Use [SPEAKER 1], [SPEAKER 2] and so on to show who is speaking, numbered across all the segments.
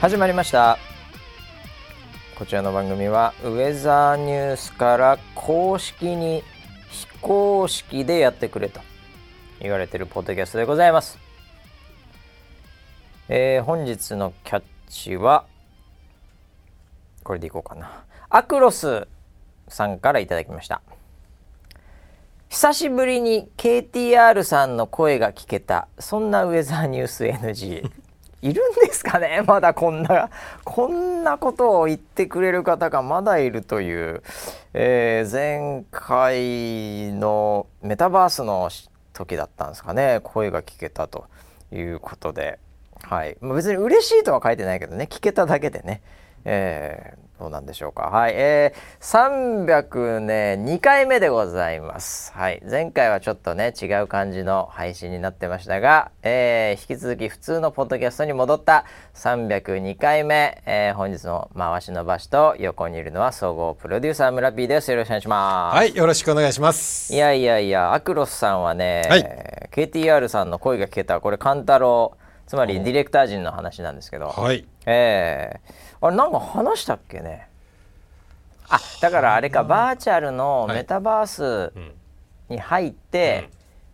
[SPEAKER 1] 始まりましたこちらの番組はウェザーニュースから公式に非公式でやってくれと言われてるポッドキャストでございます、えー本日のキャッチはこれでいこうかなアクロスさんからいただきました久しぶりに KTR さんの声が聞けたそんなウェザーニュー ス NG いるんですかねまだこんなこんなことを言ってくれる方がまだいるという、えー前回のメタバースの時だったんですかね声が聞けたということで、はいまあ別に嬉しいとは書いてないけどね聞けただけでね、えーどうなんでしょうかはいえー、300ね2回目でございますはい前回はちょっとね違う感じの配信になってましたが、えー引き続き普通のポッドキャストに戻った302回目、えー本日の回しの場所と横にいるのは総合プロデューサー村 P ですよろしくお願いします
[SPEAKER 2] はい、よろしくお願いします。
[SPEAKER 1] いやいやいや、アクロスさんはね、
[SPEAKER 2] はい
[SPEAKER 1] えー KTR さんの声が聞けた、これ、勘太郎、つまりディレクター陣の話なんですけど、
[SPEAKER 2] はい。
[SPEAKER 1] えーあれ、なんか話したっけね。あだからあれか、バーチャルのメタバース
[SPEAKER 2] ん
[SPEAKER 1] に入って、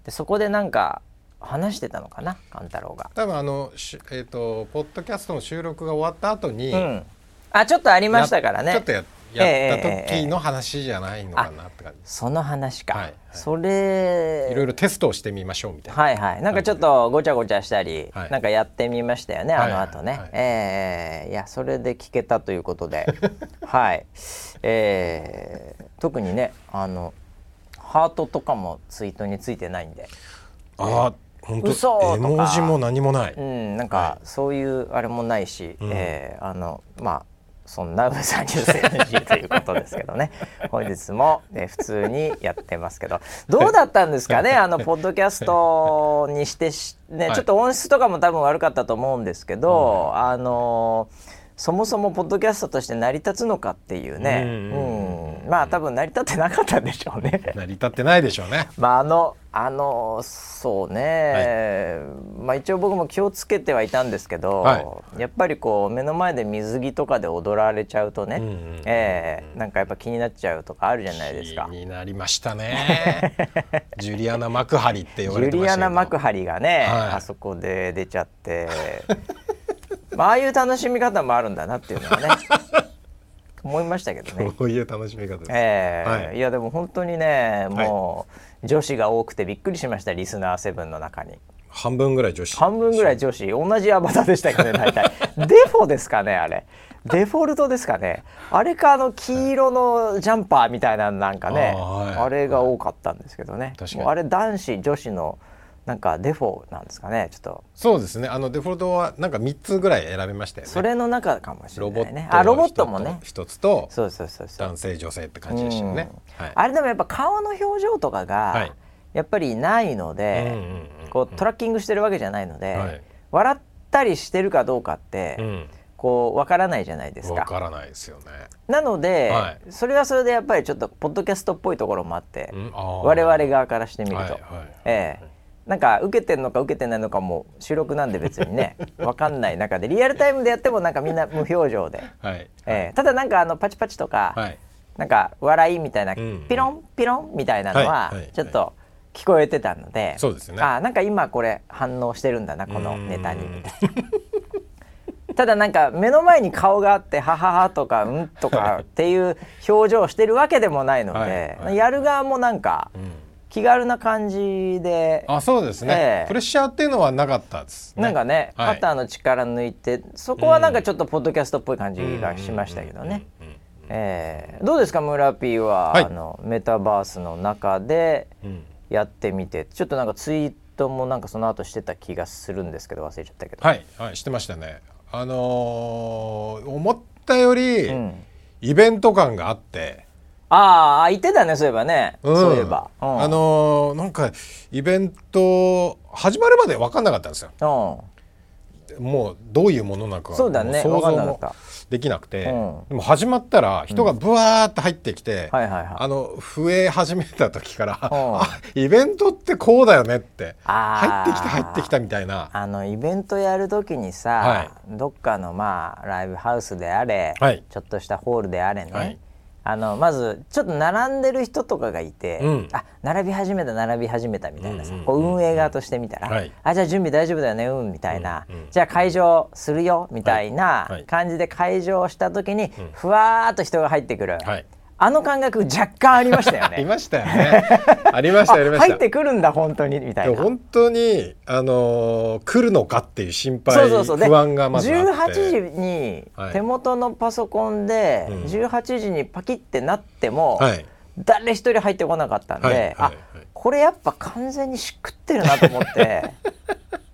[SPEAKER 1] でそこでなんか話してたのかな、勘太郎が。
[SPEAKER 2] 多分あのしえっ、とポッドキャストの収録が終わった後に、
[SPEAKER 1] うん、あちょっとあり
[SPEAKER 2] や
[SPEAKER 1] ましたからね。
[SPEAKER 2] ちょっとややった時の話じゃないのかなって感じです。
[SPEAKER 1] その話か、
[SPEAKER 2] はいはい
[SPEAKER 1] それ
[SPEAKER 2] いろいろテストをしてみましょうみたいな。
[SPEAKER 1] はいはい、なんかちょっとごちゃごちゃしたり、
[SPEAKER 2] はい
[SPEAKER 1] なんかやってみましたよね、
[SPEAKER 2] はい
[SPEAKER 1] あの後ね、
[SPEAKER 2] はい
[SPEAKER 1] えーいやそれで聞けたということ ではい、えー特にねあのハートとかもツイートについてないんで、
[SPEAKER 2] ああ、本
[SPEAKER 1] 嘘とか。
[SPEAKER 2] 絵文字も何もないう
[SPEAKER 1] ん、なんかそういうあれもないし、えーあのまあそんなウサニュース NG ということですけど ね本日も、ね、普通にやってますけどどうだったんです かねあのポッドキャストにしてし、ね
[SPEAKER 2] は、い
[SPEAKER 1] ちょっと音質とかも多分悪かったと思うんですけど、あのそもそもポッドキャストとして成り立つのかっていうね、
[SPEAKER 2] うん
[SPEAKER 1] うんまあ多分成り立ってなかったんでしょうね。
[SPEAKER 2] 成り立ってないでしょうね。
[SPEAKER 1] まああのあのそうね、まあ一応僕も気をつけてはいたんですけど、
[SPEAKER 2] は
[SPEAKER 1] やっぱりこう目の前で水着とかで踊られちゃうとね、
[SPEAKER 2] うんうん
[SPEAKER 1] ええなんかやっぱ気になっちゃうとかあるじゃないですか
[SPEAKER 2] 気。になりまし たね。ジュリアナ幕張って言わ
[SPEAKER 1] ジ
[SPEAKER 2] れ
[SPEAKER 1] ュ
[SPEAKER 2] てまし
[SPEAKER 1] リ
[SPEAKER 2] た
[SPEAKER 1] ア
[SPEAKER 2] けど。
[SPEAKER 1] ナ・幕張がね、
[SPEAKER 2] はい
[SPEAKER 1] あそこで出ちゃって、 まあああいう楽しみ方もあるんだなっていうのは ね思いましたけどね。
[SPEAKER 2] こういう楽しみ方です。
[SPEAKER 1] ええ
[SPEAKER 2] はい
[SPEAKER 1] い、やでも本当にねもう、女子が多くてびっくりしましたリスナーセブンの中に
[SPEAKER 2] 半分ぐらい女子。
[SPEAKER 1] 半分ぐらい女子同じアバターでしたけ どね大体デフォですかねあれデフォルトですかねあれかあの黄色のジャンパーみたいなのなんかね
[SPEAKER 2] あ
[SPEAKER 1] あ,、
[SPEAKER 2] ーはい
[SPEAKER 1] れが多かったんですけどね
[SPEAKER 2] 確かに
[SPEAKER 1] もうあれ男子女子のなんかデフォなんですかねちょっと
[SPEAKER 2] そうですね。あのデフォルトはなんか三つぐらい選べましたよね。
[SPEAKER 1] それの中かもしれ
[SPEAKER 2] ロボ
[SPEAKER 1] ないね
[SPEAKER 2] ット
[SPEAKER 1] あロ
[SPEAKER 2] の
[SPEAKER 1] ボッ
[SPEAKER 2] 人
[SPEAKER 1] ト
[SPEAKER 2] と
[SPEAKER 1] もね
[SPEAKER 2] 一つと
[SPEAKER 1] そうそうそうそう
[SPEAKER 2] 男性女性って感じでしたよね。はい。
[SPEAKER 1] あれでもやっぱ顔の表情とか
[SPEAKER 2] は
[SPEAKER 1] が
[SPEAKER 2] い
[SPEAKER 1] やっぱりないので、
[SPEAKER 2] うんうんうん
[SPEAKER 1] こうトラッキングしてるわけじゃないので、
[SPEAKER 2] はい
[SPEAKER 1] 笑ったりしてるかどうかって、
[SPEAKER 2] うん。
[SPEAKER 1] こうわからないじゃないです
[SPEAKER 2] わ
[SPEAKER 1] か。
[SPEAKER 2] からないですよね。
[SPEAKER 1] なので、
[SPEAKER 2] は
[SPEAKER 1] それはそれでやっぱりちょっとポッドキャストっぽいところもあって、
[SPEAKER 2] うんあー
[SPEAKER 1] 我々側からしてみると、
[SPEAKER 2] はいはい
[SPEAKER 1] ええなんか受けてんのか受けてないのかも収録なんで別に ねわかんない中でリアルタイムでやってもなんかみんな無表情で、
[SPEAKER 2] はい。
[SPEAKER 1] ええただなんかあのパチパチとか、
[SPEAKER 2] はい。
[SPEAKER 1] なんか笑いみたいな、
[SPEAKER 2] うんうん
[SPEAKER 1] ピロンピロンみたいなのは
[SPEAKER 2] はいはい
[SPEAKER 1] ちょっと聞こえてたので、
[SPEAKER 2] そうですよね
[SPEAKER 1] あーなんか今これ反応してるんだなこのネタに
[SPEAKER 2] うん
[SPEAKER 1] ただなんか目の前に顔があって「ははは」とか「うん」とかっていう表情をしてるわけでもないので、
[SPEAKER 2] はいはい
[SPEAKER 1] やる側もなんか気軽な感じで、
[SPEAKER 2] あ、そうです
[SPEAKER 1] え
[SPEAKER 2] ね
[SPEAKER 1] え。
[SPEAKER 2] プレッシャーっていうのはなかったですね。
[SPEAKER 1] なんかね、
[SPEAKER 2] はい
[SPEAKER 1] 肩の力抜いてそこはなんかちょっとポッドキャストっぽい感じがしましたけどね。えーどうですか村 P は、
[SPEAKER 2] はい
[SPEAKER 1] あのメタバースの中で
[SPEAKER 2] うん。
[SPEAKER 1] やってみてちょっとなんかツイートもなんかその後してた気がするんですけど忘れちゃったけど。
[SPEAKER 2] はいはいしてましたね。あのー思ったより
[SPEAKER 1] ん
[SPEAKER 2] イベント感があって。
[SPEAKER 1] ああ言ってたねそういえばね、そういえば。うん
[SPEAKER 2] あのーなんかイベント始まるまで分かんなかったんですよ
[SPEAKER 1] うん
[SPEAKER 2] もうどういうものなのか
[SPEAKER 1] そうだね
[SPEAKER 2] も
[SPEAKER 1] 分
[SPEAKER 2] う想
[SPEAKER 1] か
[SPEAKER 2] 像
[SPEAKER 1] んな
[SPEAKER 2] も
[SPEAKER 1] かっ
[SPEAKER 2] できなくて、
[SPEAKER 1] うん
[SPEAKER 2] でも始まったら人がブワーって入ってきて、
[SPEAKER 1] はいはいはい
[SPEAKER 2] あの増え始めた時から、
[SPEAKER 1] ん
[SPEAKER 2] あイベントってこうだよねって
[SPEAKER 1] あ
[SPEAKER 2] 入っ
[SPEAKER 1] ー
[SPEAKER 2] てきた入ってきたみたいな
[SPEAKER 1] あのイベントやるときにさ、
[SPEAKER 2] は
[SPEAKER 1] どっかのまあライブハウスであれ、
[SPEAKER 2] はい
[SPEAKER 1] ちょっとしたホールであれね、
[SPEAKER 2] はい
[SPEAKER 1] あのまずちょっと並んでる人とかがいて、
[SPEAKER 2] うん
[SPEAKER 1] あ並び始めた並び始めたみたいなさ、
[SPEAKER 2] うんうんうん
[SPEAKER 1] こう運営側としてみたら、
[SPEAKER 2] はい
[SPEAKER 1] あじゃあ準備大丈夫だよねうんみたいな、
[SPEAKER 2] うんうん
[SPEAKER 1] じゃあ会場するよみたい
[SPEAKER 2] はいは
[SPEAKER 1] ない感じで会場したときに、ふわーっと人が入ってくる、
[SPEAKER 2] はい
[SPEAKER 1] あの感覚若干ありましたよ
[SPEAKER 2] あり
[SPEAKER 1] ね。
[SPEAKER 2] ましたよねあり ましたありま
[SPEAKER 1] あ
[SPEAKER 2] した
[SPEAKER 1] 入ってくるんだ本当にみたい
[SPEAKER 2] で
[SPEAKER 1] な
[SPEAKER 2] も。本当にあのー来るのかっていう心配
[SPEAKER 1] そうそうそうで
[SPEAKER 2] 不安がまずあって
[SPEAKER 1] 18時に
[SPEAKER 2] はい
[SPEAKER 1] 手元のパソコンで、
[SPEAKER 2] うん
[SPEAKER 1] 18時にパキってなっても、
[SPEAKER 2] はい
[SPEAKER 1] 誰一人入ってこなかったんで、
[SPEAKER 2] はいはい
[SPEAKER 1] あ
[SPEAKER 2] はい
[SPEAKER 1] これやっぱ完全にしくってるなと思って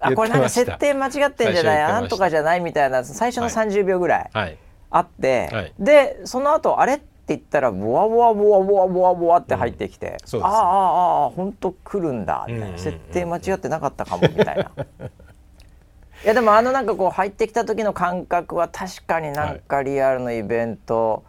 [SPEAKER 1] あこれなんか設定間違ってんじゃない
[SPEAKER 2] 最初言ってまし
[SPEAKER 1] な
[SPEAKER 2] た
[SPEAKER 1] んとかじゃないみたいな最初の
[SPEAKER 2] はい
[SPEAKER 1] 30秒ぐらい
[SPEAKER 2] はい
[SPEAKER 1] あって、
[SPEAKER 2] はい
[SPEAKER 1] でその後あれって言ったらボワボワボワボワボワボワって入ってきて、
[SPEAKER 2] そうで
[SPEAKER 1] あ
[SPEAKER 2] すね
[SPEAKER 1] あああ本当来るんだみたいな、
[SPEAKER 2] うんうんうん
[SPEAKER 1] 設定間違ってなかったかもみ たいな。いやでもあのなんかこう入ってきた時の感覚は確かになんかリアルのイベント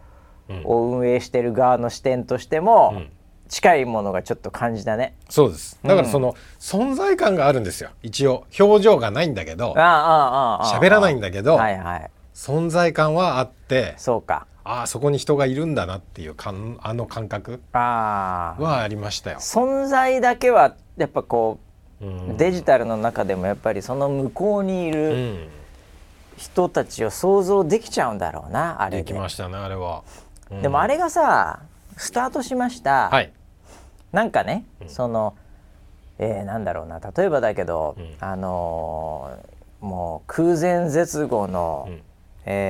[SPEAKER 1] を運営してる側の視点としても
[SPEAKER 2] うん
[SPEAKER 1] 近いものがちょっと感じだね。
[SPEAKER 2] そうですだからその存在感があるんですよ一応表情がないんだけど
[SPEAKER 1] ああああああ
[SPEAKER 2] 喋らないんだけど
[SPEAKER 1] はいはい。
[SPEAKER 2] 存在感はあって
[SPEAKER 1] そうか。
[SPEAKER 2] ああそこに人がいるんだなっていう感あの感覚
[SPEAKER 1] ああ。
[SPEAKER 2] はありましたよ。
[SPEAKER 1] 存在だけはやっぱこ
[SPEAKER 2] う
[SPEAKER 1] うんデジタルの中でもやっぱりその向こうにいうる
[SPEAKER 2] ん、
[SPEAKER 1] 人たちを想像できちゃうんだろうなあれ
[SPEAKER 2] で
[SPEAKER 1] で
[SPEAKER 2] き。ましたねあれは。うん
[SPEAKER 1] でもあれがさスタートしました。
[SPEAKER 2] はい
[SPEAKER 1] なんかね、その、えーなんだろうな例えばだけど、
[SPEAKER 2] うん
[SPEAKER 1] あのーもう空前絶後の、
[SPEAKER 2] うん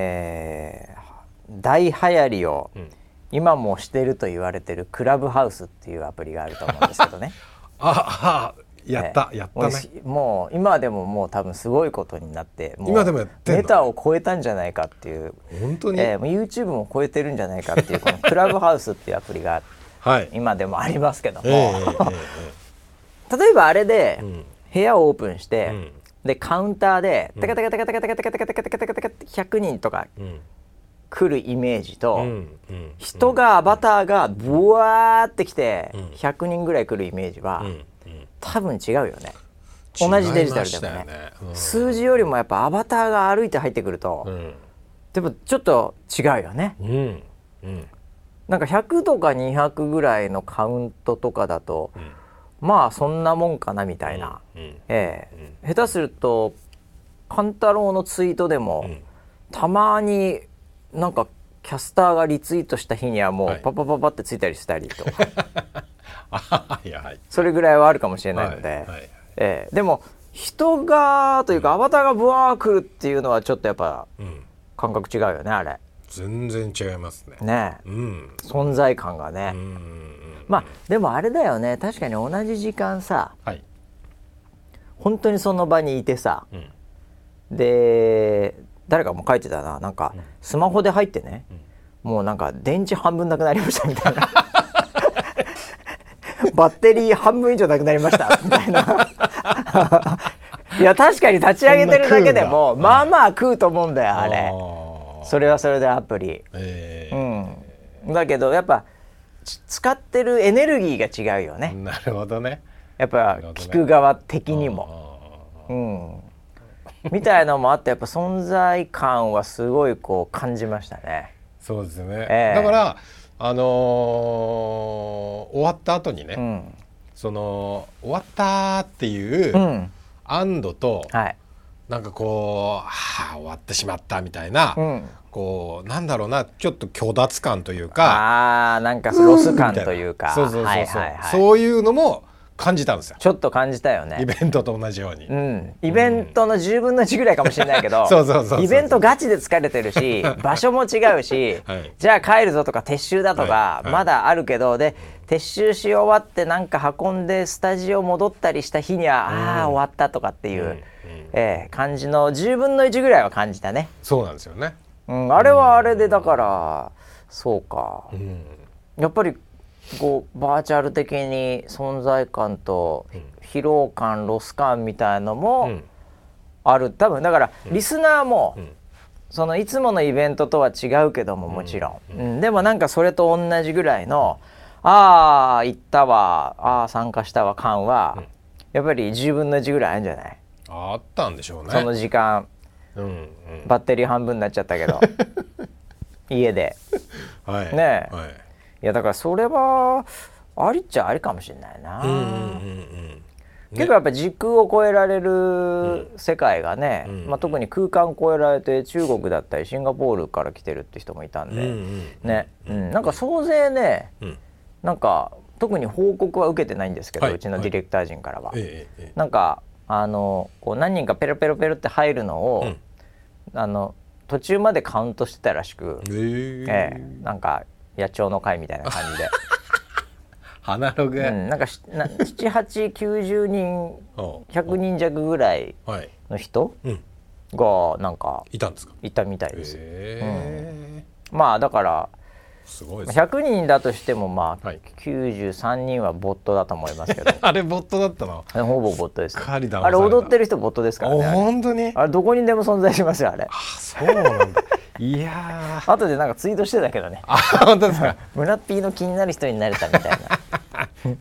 [SPEAKER 1] えー大流行りを
[SPEAKER 2] うん
[SPEAKER 1] 今もしてると言われてるクラブハウスっていうアプリがあると思うんですけどね。
[SPEAKER 2] ああやった、
[SPEAKER 1] えー
[SPEAKER 2] やった
[SPEAKER 1] もう
[SPEAKER 2] ね
[SPEAKER 1] し。もう今でももう多分すごいことになってう
[SPEAKER 2] 今でもやってんの
[SPEAKER 1] メタを超えたんじゃないかっていう、
[SPEAKER 2] 本当に、
[SPEAKER 1] えーもう YouTube も超えてるんじゃないかっていうこのクラブハウスっていうアプリが
[SPEAKER 2] はい。
[SPEAKER 1] 今でもありますけども、
[SPEAKER 2] ええええ
[SPEAKER 1] 例えばあれで
[SPEAKER 2] うん
[SPEAKER 1] 部屋をオープンして、
[SPEAKER 2] うん
[SPEAKER 1] でカウンターでテカテカテカテカテカテカテカテカテカテカテカテ100人とか
[SPEAKER 2] ええ
[SPEAKER 1] 来るイメージと、
[SPEAKER 2] うんうんうん
[SPEAKER 1] 人がアバターがブワーってきて
[SPEAKER 2] ん
[SPEAKER 1] 100人ぐらい来るイメージは、
[SPEAKER 2] うんうん
[SPEAKER 1] 多分違うよね同じデジタルでも
[SPEAKER 2] 違い
[SPEAKER 1] ね
[SPEAKER 2] ましたよね
[SPEAKER 1] 数字よりもやっぱアバターが歩いて入ってくると、
[SPEAKER 2] うん
[SPEAKER 1] でもちょっと違うよね
[SPEAKER 2] うんうん
[SPEAKER 1] なんか100とか200ぐらいのカウントとかだと、まあそんなもんかなみたいな。
[SPEAKER 2] うん
[SPEAKER 1] ええ下手すると勘太郎のツイートでも、たまになんかキャスターがリツイートした日にはも
[SPEAKER 2] は
[SPEAKER 1] う
[SPEAKER 2] い
[SPEAKER 1] パパパパってついたりしたりと、
[SPEAKER 2] あはいはい
[SPEAKER 1] それぐらいはあるかもしれないので、
[SPEAKER 2] はいはい
[SPEAKER 1] ええでも人がというかアバターがブワー来るっていうのはちょっとやっぱ
[SPEAKER 2] うん
[SPEAKER 1] 感覚違うよねあれ
[SPEAKER 2] 全然違いますね
[SPEAKER 1] ねえ
[SPEAKER 2] うん
[SPEAKER 1] 存在感がね、
[SPEAKER 2] うんうんうん
[SPEAKER 1] まあでもあれだよね確かに同じ時間さ
[SPEAKER 2] はい
[SPEAKER 1] 本当にその場にいてさ
[SPEAKER 2] うん
[SPEAKER 1] で誰かも書いてたななんかスマホで入ってね、もうなんか電池半分なくなりましたみたいな バッテリー半分以上なくなりま したみたいないや確かに立ち上げてるだけでも
[SPEAKER 2] そん
[SPEAKER 1] まあまあ食うと思うんだよあ
[SPEAKER 2] あ
[SPEAKER 1] れ
[SPEAKER 2] ー
[SPEAKER 1] それはそれでアプリ、
[SPEAKER 2] え
[SPEAKER 1] う
[SPEAKER 2] え
[SPEAKER 1] ん、だけどやっぱち使ってるエネルギーが違うよね
[SPEAKER 2] なるほどね
[SPEAKER 1] やっぱ
[SPEAKER 2] るほどね
[SPEAKER 1] 聞く側的にも。
[SPEAKER 2] あ
[SPEAKER 1] うん、みたいのもあってやっぱ存在感はすごいこう感じましたね。
[SPEAKER 2] ーそうですね
[SPEAKER 1] ええ
[SPEAKER 2] だからあのー終わった後にね
[SPEAKER 1] うん、
[SPEAKER 2] その終わったっていう
[SPEAKER 1] うん、
[SPEAKER 2] 安堵と
[SPEAKER 1] はい、
[SPEAKER 2] なんかこう、はあ、終わってしまったみたいな、
[SPEAKER 1] うん、
[SPEAKER 2] こうなんだろうなちょっと虚脱感というか
[SPEAKER 1] ああなんかロス感
[SPEAKER 2] みたいな
[SPEAKER 1] というか、
[SPEAKER 2] そうそうそうそう、
[SPEAKER 1] はいはいはい、
[SPEAKER 2] そういうのも感じたんですよ
[SPEAKER 1] ちょっと感じたよ
[SPEAKER 2] イ
[SPEAKER 1] ね。
[SPEAKER 2] ベントと同じように、
[SPEAKER 1] うん、イベントの10分の1ぐらいかもしれないけど
[SPEAKER 2] そうそうそうそう
[SPEAKER 1] イベントガチで疲れてる し場所も違うし、
[SPEAKER 2] はい
[SPEAKER 1] じゃあ帰るぞとか撤収だとか、
[SPEAKER 2] はいはい
[SPEAKER 1] まだあるけどで撤収し終わってなんか運んでスタジオ戻ったりした日には、ああ終わったとかっていう、ええ感じの10分の1ぐらいは感じたね、
[SPEAKER 2] そうなんですよね
[SPEAKER 1] うん、あれはあれでだから、そうか、
[SPEAKER 2] ん
[SPEAKER 1] やっぱりこうバーチャル的に存在感と疲労感ロス感みたいのも、
[SPEAKER 2] ん
[SPEAKER 1] ある多分だからリスナーも、
[SPEAKER 2] うん
[SPEAKER 1] そのいつものイベントとは違うけどももちろん、うんでもなんかそれと同じぐらいの「ああ行ったわああ参加したわ」感は、やっぱり10分の1ぐらいあるんじゃない
[SPEAKER 2] あったんでしょうね
[SPEAKER 1] その時間
[SPEAKER 2] うんうん
[SPEAKER 1] バッテリー半分になっちゃった けど家で
[SPEAKER 2] はい
[SPEAKER 1] ねえ
[SPEAKER 2] はい
[SPEAKER 1] いやだからそれはありっちゃありかもしれないな、
[SPEAKER 2] うんうんうん
[SPEAKER 1] 結構やっぱ時空を超えられる世界がね、
[SPEAKER 2] ん
[SPEAKER 1] まあ、特に空間を超えられて中国だったりシンガポールから来てるって人もいたん
[SPEAKER 2] うん
[SPEAKER 1] で、
[SPEAKER 2] うんうん
[SPEAKER 1] ね、うん、なんか総勢ね
[SPEAKER 2] うん
[SPEAKER 1] なんか特に報告は受けてないんですけど、
[SPEAKER 2] はいう
[SPEAKER 1] ちのディレクター陣からは。
[SPEAKER 2] えええ
[SPEAKER 1] なんかあのこう何人かペロペロペロって入るのを、あの途中までカウントしてたらしく、
[SPEAKER 2] ええ
[SPEAKER 1] ええなんか野鳥の会みたいな感じで、
[SPEAKER 2] アナログ
[SPEAKER 1] うん、なんかしな7890人
[SPEAKER 2] お
[SPEAKER 1] 100人弱ぐらい
[SPEAKER 2] はい
[SPEAKER 1] の人
[SPEAKER 2] うん
[SPEAKER 1] がなんか
[SPEAKER 2] いたんですか
[SPEAKER 1] いたみたいです。
[SPEAKER 2] ええ
[SPEAKER 1] まあだから
[SPEAKER 2] すごいですね
[SPEAKER 1] 100人だとしてもまあ
[SPEAKER 2] はい
[SPEAKER 1] 93人はボットだと思いますけ ど
[SPEAKER 2] あれボットだったの
[SPEAKER 1] ほぼボットです
[SPEAKER 2] かなり騙された
[SPEAKER 1] あれ踊ってる人ボットですから
[SPEAKER 2] お
[SPEAKER 1] ねあれ
[SPEAKER 2] 本当に
[SPEAKER 1] あれどこにでも存在しますよあれ
[SPEAKER 2] あそうなんだいやー
[SPEAKER 1] 後でなんかツイートしてたけど ね
[SPEAKER 2] あ本当ですか
[SPEAKER 1] 村ピーの気になる人になれたみ たいな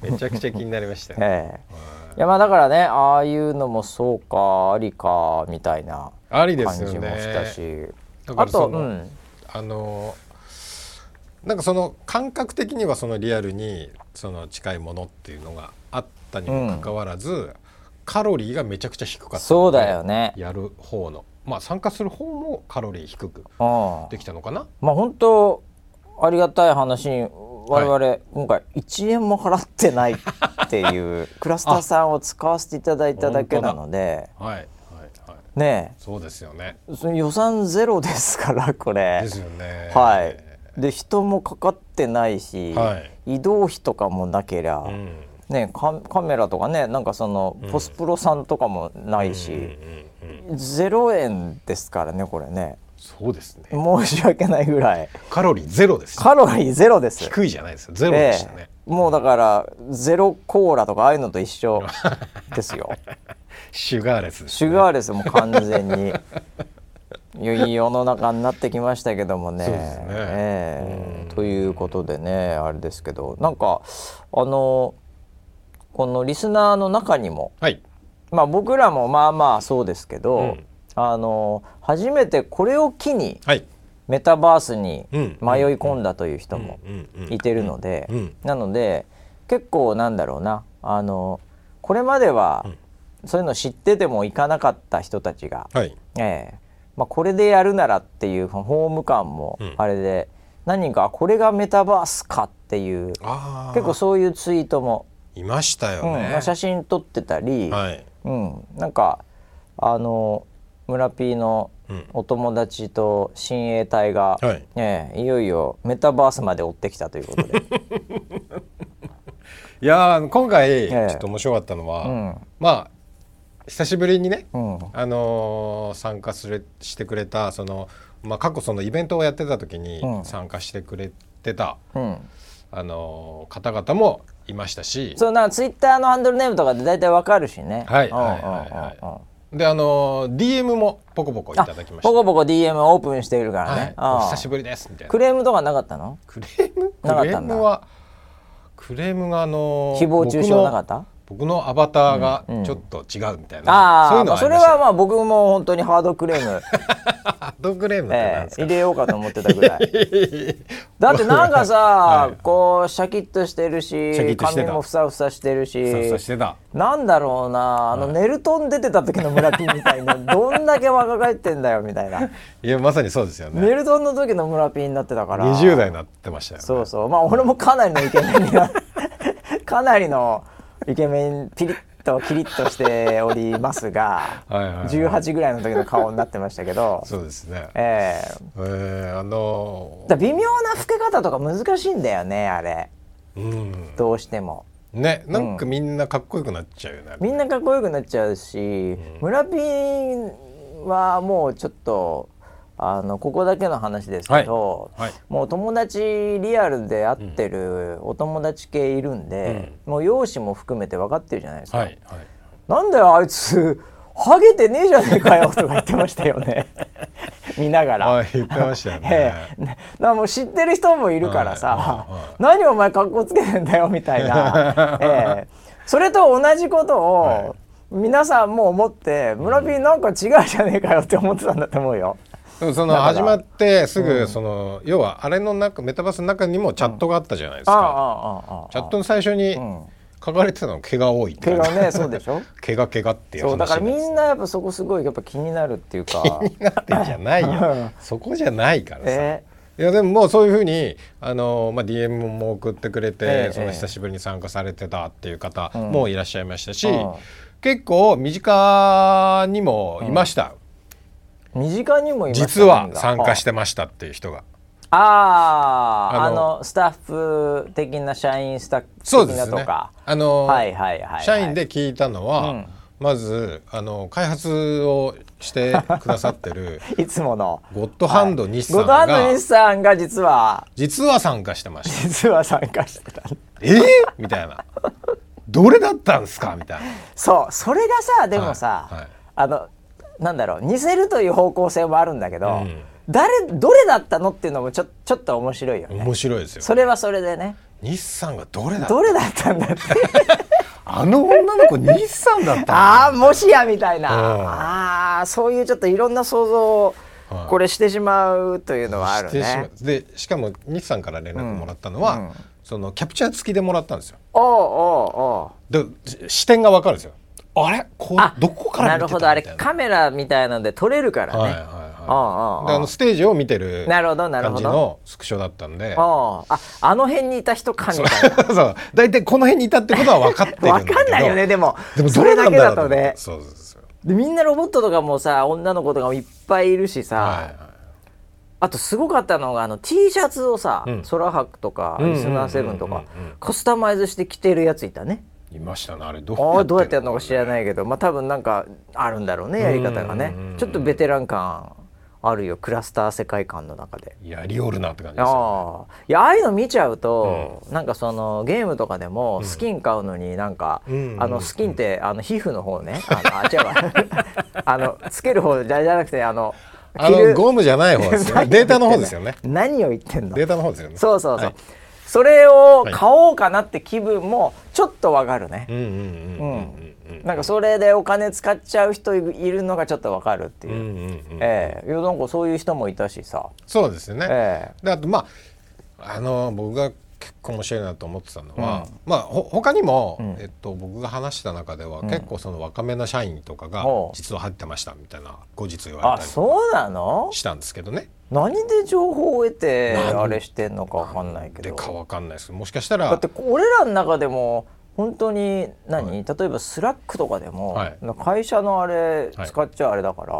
[SPEAKER 2] めちゃくちゃ気になりましたね
[SPEAKER 1] ええいやまあだからねああいうのもそうかありかみたいな
[SPEAKER 2] ありで
[SPEAKER 1] 感
[SPEAKER 2] す
[SPEAKER 1] じも
[SPEAKER 2] よ
[SPEAKER 1] し
[SPEAKER 2] ね
[SPEAKER 1] たし
[SPEAKER 2] だか
[SPEAKER 1] あ
[SPEAKER 2] らそ
[SPEAKER 1] とう
[SPEAKER 2] の
[SPEAKER 1] ん
[SPEAKER 2] あのなんかその感覚的にはそのリアルにその近いものっていうのがあったにもかかわらず、カロリーがめちゃくちゃ低かったので
[SPEAKER 1] そうだよね
[SPEAKER 2] やる方のまあ参加する方もカロリー低く
[SPEAKER 1] うん
[SPEAKER 2] できたのかな
[SPEAKER 1] まあ本当ありがたい話に我々今回1円も払ってないって いうクラスターさんを使わせていただいただけなので
[SPEAKER 2] はいはいはい
[SPEAKER 1] ね
[SPEAKER 2] そうですよね
[SPEAKER 1] えその予算ゼロです からこれ
[SPEAKER 2] ですよね
[SPEAKER 1] はいで人もかかってないし、
[SPEAKER 2] は
[SPEAKER 1] 移動費とかもなけりゃ、
[SPEAKER 2] うん
[SPEAKER 1] ねえカカメラとかねなんかそのポスプロさんとかもないし、
[SPEAKER 2] うんうん
[SPEAKER 1] ゼロ円ですからねこれね
[SPEAKER 2] そうですね
[SPEAKER 1] 申し訳ないぐらい
[SPEAKER 2] カロリーゼロですよ
[SPEAKER 1] カロリーゼロです
[SPEAKER 2] 低いじゃないですよゼロでしたね、
[SPEAKER 1] ええもうだからゼロコーラとかああいうのと一 緒ですよ
[SPEAKER 2] シュガーレスです
[SPEAKER 1] シュガーレスも完全にいやいい世の中になってきましたけどもね。
[SPEAKER 2] そうですね
[SPEAKER 1] ええということでねあれですけどなんかあのこのリスナーの中にも
[SPEAKER 2] はい
[SPEAKER 1] まあ僕らもまあまあそうですけど、
[SPEAKER 2] うん
[SPEAKER 1] あの初めてこれを機に
[SPEAKER 2] はい
[SPEAKER 1] メタバースに
[SPEAKER 2] う
[SPEAKER 1] 迷
[SPEAKER 2] ん
[SPEAKER 1] い込んだという人も
[SPEAKER 2] うんうんうん
[SPEAKER 1] いてるので、
[SPEAKER 2] うん
[SPEAKER 1] なので結構なんだろうなあのこれまではそういうの知ってても行かなかった人たちが、
[SPEAKER 2] はい
[SPEAKER 1] ええまあ、これでやるならっていうホーム感も
[SPEAKER 2] うん
[SPEAKER 1] あれで、何人かあこれがメタバースかっていう
[SPEAKER 2] あ
[SPEAKER 1] 結構そういうツイートも、
[SPEAKER 2] いましたよ
[SPEAKER 1] うん
[SPEAKER 2] ね、
[SPEAKER 1] まあ写真撮ってたり、
[SPEAKER 2] はい
[SPEAKER 1] うん、なんかあの村 P の
[SPEAKER 2] うん
[SPEAKER 1] お友達と親衛隊が、
[SPEAKER 2] はい
[SPEAKER 1] ええいよいよメタバースまで追ってきたということ で、
[SPEAKER 2] いやー今回ち
[SPEAKER 1] ええ
[SPEAKER 2] ょっと面白かったのは、
[SPEAKER 1] うん
[SPEAKER 2] まあ久しぶりにね、
[SPEAKER 1] うん、
[SPEAKER 2] あのー参加するしてくれたその、まあ、過去そのイベントをやってた時に
[SPEAKER 1] うん
[SPEAKER 2] 参加してくれてた、
[SPEAKER 1] うん、
[SPEAKER 2] あのー方々もいましたし
[SPEAKER 1] そうなんかツイッターのハンドルネームとかで大体わかるしね
[SPEAKER 2] はい
[SPEAKER 1] うん
[SPEAKER 2] はいはい
[SPEAKER 1] うんうんうん
[SPEAKER 2] であのー DM もポコポコい
[SPEAKER 1] あ
[SPEAKER 2] ただきました
[SPEAKER 1] ポコポコ DM オープンしているから
[SPEAKER 2] は
[SPEAKER 1] ね
[SPEAKER 2] い、、
[SPEAKER 1] ああ
[SPEAKER 2] お久しぶりですみたいな
[SPEAKER 1] クレームとかなかったの
[SPEAKER 2] クレーム
[SPEAKER 1] なか
[SPEAKER 2] ク
[SPEAKER 1] っ
[SPEAKER 2] レ
[SPEAKER 1] た
[SPEAKER 2] ー
[SPEAKER 1] んだ
[SPEAKER 2] ムはクレームがあの
[SPEAKER 1] 誹謗中傷なかった
[SPEAKER 2] 僕の僕のアバターがちょっと違うみたいな、
[SPEAKER 1] ああ
[SPEAKER 2] そういうの
[SPEAKER 1] まあ
[SPEAKER 2] はあ
[SPEAKER 1] そ
[SPEAKER 2] り
[SPEAKER 1] れ
[SPEAKER 2] ました
[SPEAKER 1] は
[SPEAKER 2] よ
[SPEAKER 1] まあ僕も本当にハードクレ ーム、
[SPEAKER 2] あドッグレームってなん
[SPEAKER 1] え
[SPEAKER 2] です
[SPEAKER 1] え
[SPEAKER 2] か、
[SPEAKER 1] 入れようかと思ってたぐら いだってなんかさ、こうシャキッとしてるし
[SPEAKER 2] シャキッとしてた
[SPEAKER 1] 髪もふさふさしてるし
[SPEAKER 2] そうそうしてた
[SPEAKER 1] なんだろうなあのネルトン出てた時の村ピーみたいなどんだけ若返ってんだよみたいない
[SPEAKER 2] やまさにそうですよね
[SPEAKER 1] ネルトンの時の村ピーになってたから
[SPEAKER 2] 20代になってましたよね
[SPEAKER 1] そうそうまあ俺もかなりのイケメンにな かなりのイケメンピリッとキリッとしておりますが
[SPEAKER 2] はいはいはい
[SPEAKER 1] 18ぐらいの時の顔になってましたけど
[SPEAKER 2] そうですね
[SPEAKER 1] え
[SPEAKER 2] え
[SPEAKER 1] え
[SPEAKER 2] ー、あの
[SPEAKER 1] だから微妙な老け方とか難しいんだよねあれ
[SPEAKER 2] ーうん
[SPEAKER 1] どうしても
[SPEAKER 2] ねなんかみんなかっこよくなっちゃうよね、
[SPEAKER 1] みんなかっこよくなっちゃうし村ピンはもうちょっとあのここだけの話ですけど、
[SPEAKER 2] はいはい
[SPEAKER 1] もう友達リアルで会ってるお友達系いるんで、もう容姿も含めて分かってるじゃないですか、
[SPEAKER 2] はいはい
[SPEAKER 1] なんだよあいつハゲてねえじゃねえかよ」とか言ってましたよ ね見ながら。
[SPEAKER 2] はい言ってましたよ
[SPEAKER 1] え
[SPEAKER 2] ね
[SPEAKER 1] え、ななもう知ってる人もいるからさ「
[SPEAKER 2] はいはいはい
[SPEAKER 1] 何お前格好つけてんだよ」みたい な、ええ、それと同じことを皆さんも思って「村ピーなんか違うじゃねえかよ」って思ってたんだと思うよ。
[SPEAKER 2] でもその
[SPEAKER 1] だから
[SPEAKER 2] 始まってすぐその要はあれの中メタバースの中にもチャットがあったじゃないです
[SPEAKER 1] あああ
[SPEAKER 2] か
[SPEAKER 1] あああ
[SPEAKER 2] チャットの最初に書かれてたの毛が多いって
[SPEAKER 1] けどねそうでしょ
[SPEAKER 2] 毛が毛がっていう
[SPEAKER 1] そうだ
[SPEAKER 2] 話
[SPEAKER 1] からみ
[SPEAKER 2] に
[SPEAKER 1] んなやっぱそこすごいやっぱ気になるっていうか。
[SPEAKER 2] なってんじゃないよそこじゃないからさ、
[SPEAKER 1] え
[SPEAKER 2] いやでももうそういうふうにあの、まあ、DM も送ってくれて、
[SPEAKER 1] ええ
[SPEAKER 2] そ
[SPEAKER 1] え
[SPEAKER 2] の
[SPEAKER 1] え
[SPEAKER 2] 久しぶりに参加されてたっていう方
[SPEAKER 1] ん
[SPEAKER 2] もいらっしゃいましたし、
[SPEAKER 1] うん
[SPEAKER 2] 結構身近にもいました、
[SPEAKER 1] え身近にもいました
[SPEAKER 2] 実は参加してましたっていう人が。
[SPEAKER 1] あああ
[SPEAKER 2] あの
[SPEAKER 1] のスタッフ的な社員スタッフ
[SPEAKER 2] そう
[SPEAKER 1] 的
[SPEAKER 2] で
[SPEAKER 1] な
[SPEAKER 2] す
[SPEAKER 1] と
[SPEAKER 2] ね
[SPEAKER 1] か、
[SPEAKER 2] あの、
[SPEAKER 1] はいはいはいはい
[SPEAKER 2] 社員で聞いたのは、
[SPEAKER 1] うん
[SPEAKER 2] まずあの開発をしてくださって る
[SPEAKER 1] いつもの
[SPEAKER 2] ゴッドハンド西さ
[SPEAKER 1] ゴ
[SPEAKER 2] ん
[SPEAKER 1] ドハンド
[SPEAKER 2] が
[SPEAKER 1] 西さんが実は
[SPEAKER 2] 実は参加してました。
[SPEAKER 1] 実は参加してた
[SPEAKER 2] えー、みたいな。どれだったんですかみたいな。
[SPEAKER 1] そうそれがさでもさ、
[SPEAKER 2] はいはい
[SPEAKER 1] あのなんだろう似せるという方向性もあるんだけど、
[SPEAKER 2] うん
[SPEAKER 1] 誰どれだったのっていうのもちょちょっと面白いよね
[SPEAKER 2] 面白いですよ。
[SPEAKER 1] それはそれでね
[SPEAKER 2] 日産がどれだ
[SPEAKER 1] どれだったんだって
[SPEAKER 2] あの女の子日産だったの
[SPEAKER 1] ああもしやみたいな
[SPEAKER 2] うん
[SPEAKER 1] ああそういうちょっといろんな想像を
[SPEAKER 2] はい
[SPEAKER 1] これしてしまうというのはある
[SPEAKER 2] してしま
[SPEAKER 1] ね
[SPEAKER 2] う。でしかも日産から連絡もらったのは、そのキャプチャー付きでもらったんですよ
[SPEAKER 1] おうお
[SPEAKER 2] で視点がわかるんですよあれこ
[SPEAKER 1] うおうあ
[SPEAKER 2] うどこから
[SPEAKER 1] な
[SPEAKER 2] 見
[SPEAKER 1] るほ
[SPEAKER 2] てたみ
[SPEAKER 1] ど
[SPEAKER 2] た
[SPEAKER 1] あれ
[SPEAKER 2] いな
[SPEAKER 1] カメラみたいなので撮れるからね。
[SPEAKER 2] はいはい
[SPEAKER 1] うんうんう
[SPEAKER 2] は
[SPEAKER 1] ん
[SPEAKER 2] いであのステージを見てる
[SPEAKER 1] なるほどなる
[SPEAKER 2] 感
[SPEAKER 1] ほ
[SPEAKER 2] じ
[SPEAKER 1] ど
[SPEAKER 2] のスクショだったんで
[SPEAKER 1] あああの辺にいた人かみたいな。
[SPEAKER 2] そう大体この辺にいたってことは分かってるん だ
[SPEAKER 1] わ
[SPEAKER 2] けど
[SPEAKER 1] かんないよねでも
[SPEAKER 2] でも
[SPEAKER 1] そ
[SPEAKER 2] ど
[SPEAKER 1] れ
[SPEAKER 2] れ
[SPEAKER 1] だ
[SPEAKER 2] な
[SPEAKER 1] け
[SPEAKER 2] ん
[SPEAKER 1] だ
[SPEAKER 2] だ
[SPEAKER 1] と
[SPEAKER 2] ろうと思って
[SPEAKER 1] ね
[SPEAKER 2] そうですよ
[SPEAKER 1] でみんなロボットとかもさ女の子とかもいっぱいいるしさ、
[SPEAKER 2] はいはい
[SPEAKER 1] あとすごかったのがあの T シャツをさ、
[SPEAKER 2] うん
[SPEAKER 1] ソラハクとか
[SPEAKER 2] うんうん
[SPEAKER 1] リスナーセブンとか
[SPEAKER 2] うんうんうん
[SPEAKER 1] カスタマイズして着てるやつい たね。
[SPEAKER 2] いましたねあれど
[SPEAKER 1] ああどうやってやるのか知ら
[SPEAKER 2] い
[SPEAKER 1] ないけどまあ多分なんかあるんだろうねやり方がね
[SPEAKER 2] うんうんうんうん
[SPEAKER 1] ちょっとベテラン感あるよクラスター世界観の中で。
[SPEAKER 2] やりおるなって感じですよ
[SPEAKER 1] ああいやああいうの見ちゃうと、なんかそのゲームとかでもスキン買うのになんか、
[SPEAKER 2] うん
[SPEAKER 1] あのスキンってあの皮膚の方ねあのあ違う わあのつける方じゃじゃなくてあの
[SPEAKER 2] あのゴムじゃない方ですよ ねデータの方ですよね
[SPEAKER 1] 何を言ってんの
[SPEAKER 2] データの方ですよね
[SPEAKER 1] そうそうそう、
[SPEAKER 2] はい
[SPEAKER 1] それを買おうかなって気分もちょっとわかるね、
[SPEAKER 2] うんうんうんうんうん
[SPEAKER 1] なんかそれでお金使っちゃう人いいるのがちょっとわかるっていう、
[SPEAKER 2] うんうんうん
[SPEAKER 1] ええいやなんかそういう人もいたしさ
[SPEAKER 2] そうですよね、
[SPEAKER 1] え
[SPEAKER 2] であとまああの僕が結構面白いなと思ってたのは、まあほ他にも、えっと、僕が話した中では、結構その若めな社員とかが
[SPEAKER 1] おう
[SPEAKER 2] 実は入ってましたみたいな後日言
[SPEAKER 1] あ
[SPEAKER 2] われたり
[SPEAKER 1] そうなの
[SPEAKER 2] したんですけどね
[SPEAKER 1] 何で情報を得てあれしてんのかわかんないけ
[SPEAKER 2] で
[SPEAKER 1] ど
[SPEAKER 2] かわかんないですけどもしかした
[SPEAKER 1] だっ
[SPEAKER 2] ら
[SPEAKER 1] て俺らの中でも本当に何、例えばスラックとかでも、
[SPEAKER 2] はい
[SPEAKER 1] 会社のあれ
[SPEAKER 2] はい
[SPEAKER 1] 使っちゃあれだから、
[SPEAKER 2] ん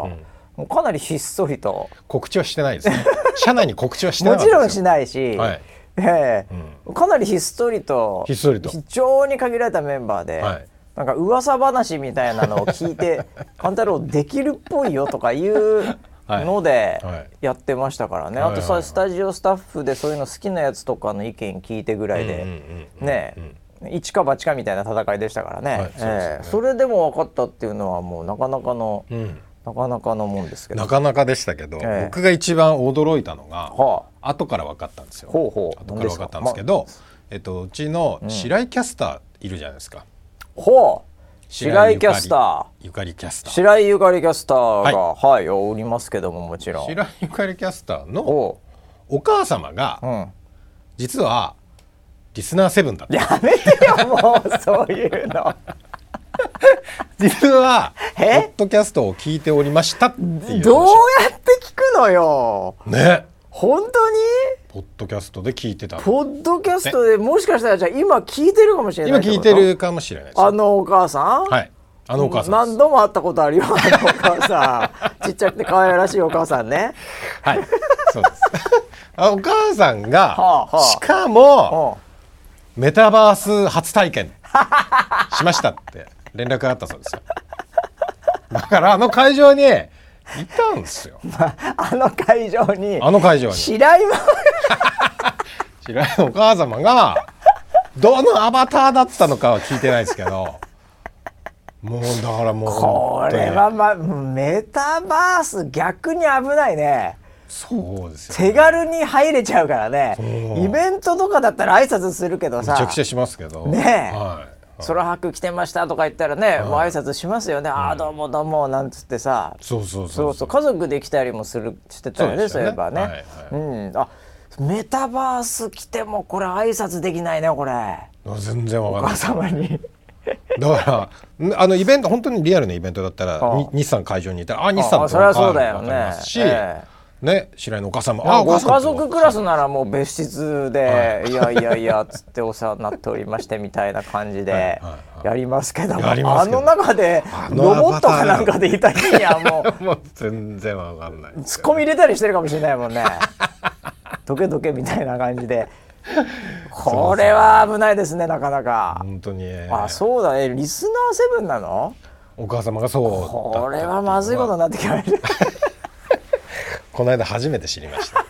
[SPEAKER 1] もうかなりひっそりと
[SPEAKER 2] 告知はしてないですね社内に告知はしてな
[SPEAKER 1] も
[SPEAKER 2] かっ
[SPEAKER 1] ち
[SPEAKER 2] た
[SPEAKER 1] ろん
[SPEAKER 2] です
[SPEAKER 1] し
[SPEAKER 2] よ
[SPEAKER 1] ないし、
[SPEAKER 2] はい
[SPEAKER 1] ええかなりひっそりと
[SPEAKER 2] ひっそりと
[SPEAKER 1] 非常に限られたメンバーで、
[SPEAKER 2] はい
[SPEAKER 1] なんか噂話みたいなのを聞い て「勘太郎できるっぽいよ」とかいうので
[SPEAKER 2] はいはい
[SPEAKER 1] やってましたからね、
[SPEAKER 2] はいはい
[SPEAKER 1] あとさスタジオスタッフでそういうの好きなやつとかの意見聞いてぐらいで、
[SPEAKER 2] うんうんうん
[SPEAKER 1] ねえ、一か八かみたいな戦いでしたからね,、
[SPEAKER 2] はいそうですね
[SPEAKER 1] ええそれでも分かったっていうのはもうなかなかの、
[SPEAKER 2] うん
[SPEAKER 1] なかなかのもんですけど。
[SPEAKER 2] なかなかでしたけど、
[SPEAKER 1] ええ
[SPEAKER 2] 僕が一番驚いたのが、
[SPEAKER 1] は
[SPEAKER 2] 後から分かったんですよ。
[SPEAKER 1] ほうほう
[SPEAKER 2] 後から分かったんですけど、えっとうちの白井キャスターいるじゃないですか。
[SPEAKER 1] ほう白井キャスター。
[SPEAKER 2] ゆかりキャスター。
[SPEAKER 1] 白井ゆかりキャスターが、はい、おりますけどももちろん。
[SPEAKER 2] 白井ゆかりキャスターの
[SPEAKER 1] おう、
[SPEAKER 2] お母様
[SPEAKER 1] う
[SPEAKER 2] が
[SPEAKER 1] ん、
[SPEAKER 2] 実はリスナーセブンだった。
[SPEAKER 1] やめてよもうそういうの。
[SPEAKER 2] 実はポ
[SPEAKER 1] え
[SPEAKER 2] ッドキャストを聞いておりましたっていう
[SPEAKER 1] どう
[SPEAKER 2] 話。
[SPEAKER 1] やって聞くのよ。
[SPEAKER 2] ね。
[SPEAKER 1] 本当に
[SPEAKER 2] ポッドキャストで聞いてた。
[SPEAKER 1] ポッドキャストでもしかしたらじゃあ今聞いてるかもしれな
[SPEAKER 2] 今
[SPEAKER 1] いってこ
[SPEAKER 2] 聞
[SPEAKER 1] と
[SPEAKER 2] いてるかもしれないです。
[SPEAKER 1] あのお母さん。
[SPEAKER 2] はい。あのお母様で
[SPEAKER 1] 何度も会ったことあるよあのお母さ んちっちゃくて可愛らしいお母さんね
[SPEAKER 2] す。はい。そうです。あお母さんが、
[SPEAKER 1] はあはあ
[SPEAKER 2] しかも。
[SPEAKER 1] うん
[SPEAKER 2] メタバース初体験しましたって連絡があったそうですよだからあの会場にいたんですよ
[SPEAKER 1] あの会場に
[SPEAKER 2] あの会場に白
[SPEAKER 1] 白井も
[SPEAKER 2] 井のお母様がどのアバターだったのかは聞いてないですけどもうだからもう
[SPEAKER 1] こ
[SPEAKER 2] 本当に
[SPEAKER 1] れは、ま、メタバース逆に危ないね
[SPEAKER 2] そうですよ、
[SPEAKER 1] 手軽に入れちゃうからね
[SPEAKER 2] そう
[SPEAKER 1] イベントとかだったら挨拶するけど
[SPEAKER 2] め
[SPEAKER 1] さ
[SPEAKER 2] ちゃくちゃしますけど
[SPEAKER 1] ねえ
[SPEAKER 2] はい、
[SPEAKER 1] 空白来てましたとか言ったらね、もう挨拶しますよね、ああどうもどうもなんつってさ
[SPEAKER 2] そうそうそ
[SPEAKER 1] そううそう家族で来たりもするしてたよね
[SPEAKER 2] そ
[SPEAKER 1] そうう
[SPEAKER 2] ですよね
[SPEAKER 1] いえばね、
[SPEAKER 2] はいはい
[SPEAKER 1] うんあメタバース来てもこれ挨拶できないねこれ
[SPEAKER 2] 全然わ
[SPEAKER 1] お
[SPEAKER 2] かんな
[SPEAKER 1] 母様
[SPEAKER 2] い
[SPEAKER 1] に
[SPEAKER 2] だからんあのイベント本当にリアルなイベントだったら
[SPEAKER 1] ああ
[SPEAKER 2] に日産会場にいたらあ日産
[SPEAKER 1] あ
[SPEAKER 2] と
[SPEAKER 1] あそれはそうだよね
[SPEAKER 2] わかりますし、
[SPEAKER 1] え
[SPEAKER 2] ね白井のお母さんも
[SPEAKER 1] ご家
[SPEAKER 2] と
[SPEAKER 1] 族クラスならもう別室で「いやいやいや」つってお世話になっておりましてみたいな感じで
[SPEAKER 2] はいは
[SPEAKER 1] やりますけども
[SPEAKER 2] やり
[SPEAKER 1] あ
[SPEAKER 2] ますけど
[SPEAKER 1] の中でロ
[SPEAKER 2] の
[SPEAKER 1] ボットか
[SPEAKER 2] アバターだ
[SPEAKER 1] なんかでいた日にはもう。
[SPEAKER 2] もう全然わかんない
[SPEAKER 1] ツッコミ入れたりしてるかもしれないもんねどけどけみたいな感じでこれは危ないですねなかなか、
[SPEAKER 2] 本当に
[SPEAKER 1] あそうだねリスナーセブンなの
[SPEAKER 2] お母様がそうだ
[SPEAKER 1] これはまずいことになってきました
[SPEAKER 2] この間初めて知りました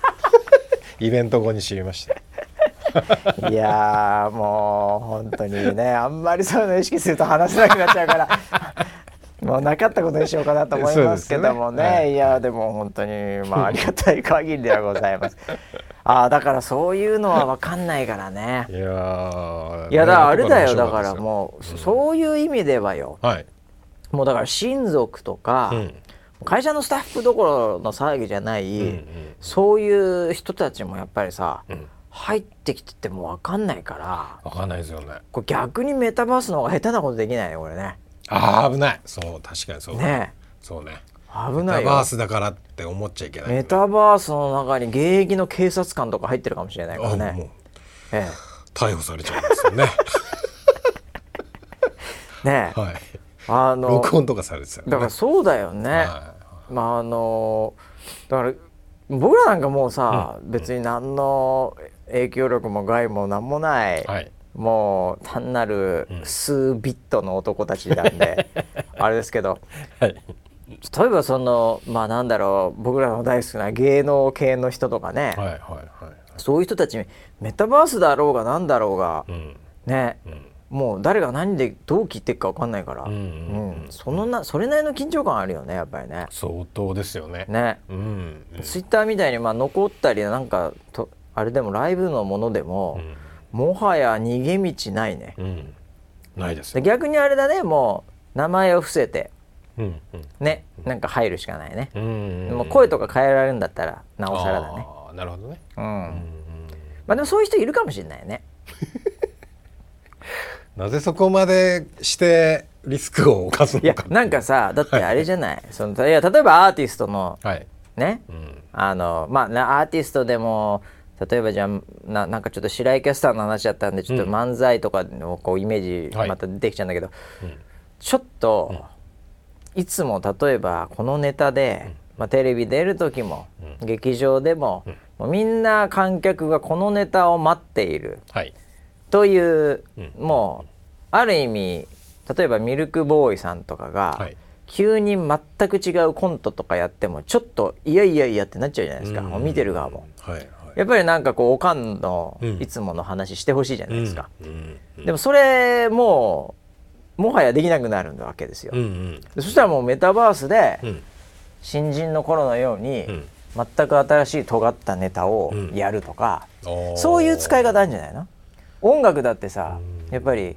[SPEAKER 2] イベント後に知りました
[SPEAKER 1] いやーもう本当にねあんまりそういうの意識すると話せなくなっちゃうから もうなかったことにしようかなと思いますけどもね、
[SPEAKER 2] そうですねはい
[SPEAKER 1] やでも本当にまあありがたい限りではございますあーだからそういうのは分かんないからね
[SPEAKER 2] いやー
[SPEAKER 1] いやだからあれだよ
[SPEAKER 2] ね
[SPEAKER 1] だからもう、そういう意味ではよ
[SPEAKER 2] はい
[SPEAKER 1] もうだから親族とか、
[SPEAKER 2] ん
[SPEAKER 1] 会社のスタッフどころの騒ぎじゃない、
[SPEAKER 2] ん
[SPEAKER 1] そういう人たちもやっぱりさ、入ってきてても分かんないから
[SPEAKER 2] わかんないですよね
[SPEAKER 1] これ逆にメタバースの方が下手なことできないねこれね
[SPEAKER 2] あー危ないそう確かにそう
[SPEAKER 1] ね
[SPEAKER 2] そうね
[SPEAKER 1] え危
[SPEAKER 2] メ
[SPEAKER 1] な
[SPEAKER 2] タ
[SPEAKER 1] い
[SPEAKER 2] バ
[SPEAKER 1] よ
[SPEAKER 2] ースだからって思っちゃいけない
[SPEAKER 1] メタバースの中に現役の警察官とか入ってるかもしれないか
[SPEAKER 2] あ
[SPEAKER 1] ら
[SPEAKER 2] もう
[SPEAKER 1] ね、え
[SPEAKER 2] 逮捕されちゃうんです よね
[SPEAKER 1] え、 ねえ、
[SPEAKER 2] はい
[SPEAKER 1] あの
[SPEAKER 2] 録音とかされてたよね
[SPEAKER 1] だからそうだよね、
[SPEAKER 2] は
[SPEAKER 1] まああのだから僕らなんかもうさ、別に何の影響力も害も何もない、
[SPEAKER 2] いはい
[SPEAKER 1] もう単なる数ビットの男たちなん で、あれですけど
[SPEAKER 2] はい
[SPEAKER 1] 例えばそのまあなんだろう僕らの大好きな芸能系の人とかね、
[SPEAKER 2] はいはいは
[SPEAKER 1] そういう人たちにメタバースだろうが何だろうが、
[SPEAKER 2] いうん
[SPEAKER 1] ね、もう誰が何でどう切っていくか分かんないから、
[SPEAKER 2] うんうん
[SPEAKER 1] うんそのなそれなりの緊張感あるよねやっぱりね。
[SPEAKER 2] 相当ですよね
[SPEAKER 1] ね
[SPEAKER 2] うん
[SPEAKER 1] ツイッターみたいにまあ残ったりなんかとあれでもライブのものでも、もはや逃げ道ないね
[SPEAKER 2] う、んないです
[SPEAKER 1] で
[SPEAKER 2] よ
[SPEAKER 1] 逆にあれだねもう名前を伏せて
[SPEAKER 2] うんうん
[SPEAKER 1] ねなんか入るしかないね、
[SPEAKER 2] うん
[SPEAKER 1] でも声とか変えられるんだったらなおさらだね
[SPEAKER 2] あーなるほどね
[SPEAKER 1] うん、まあでもそういう人いるかもしれないね
[SPEAKER 2] なぜそこまでしてリスクを犯す
[SPEAKER 1] いや
[SPEAKER 2] のか
[SPEAKER 1] なんかさだってあれじゃないそのいや例えばアーティストの
[SPEAKER 2] はい
[SPEAKER 1] ね、
[SPEAKER 2] ん
[SPEAKER 1] あのまあなアーティストでも例えばじゃあななんかちょっと白井キャスターの話だったんでちょっと漫才とかのこうイメージ
[SPEAKER 2] はい
[SPEAKER 1] また出てきちゃうんだけど、ちょっと、いつも例えばこのネタで、まあ、テレビ出る時も、劇場でも,、もうみんな観客がこのネタを待っている
[SPEAKER 2] はい
[SPEAKER 1] という、もうある意味例えばミルクボーイさんとかが、
[SPEAKER 2] はい
[SPEAKER 1] 急に全く違うコントとかやってもちょっといやいやいやってなっちゃうじゃないですかもう見てる側も。
[SPEAKER 2] はいはい
[SPEAKER 1] やっぱりなんかこうおかんの
[SPEAKER 2] ん
[SPEAKER 1] いつもの話してほしいじゃないですか、
[SPEAKER 2] うん
[SPEAKER 1] でもそれもうもはやできなくなるわけですよ、
[SPEAKER 2] うんうん
[SPEAKER 1] でそしたらもうメタバースで、
[SPEAKER 2] ん
[SPEAKER 1] 新人の頃のように、
[SPEAKER 2] ん
[SPEAKER 1] 全く新しい尖ったネタをやるとか、
[SPEAKER 2] おー
[SPEAKER 1] そういう使い方あるんじゃないの音楽だってさやっぱり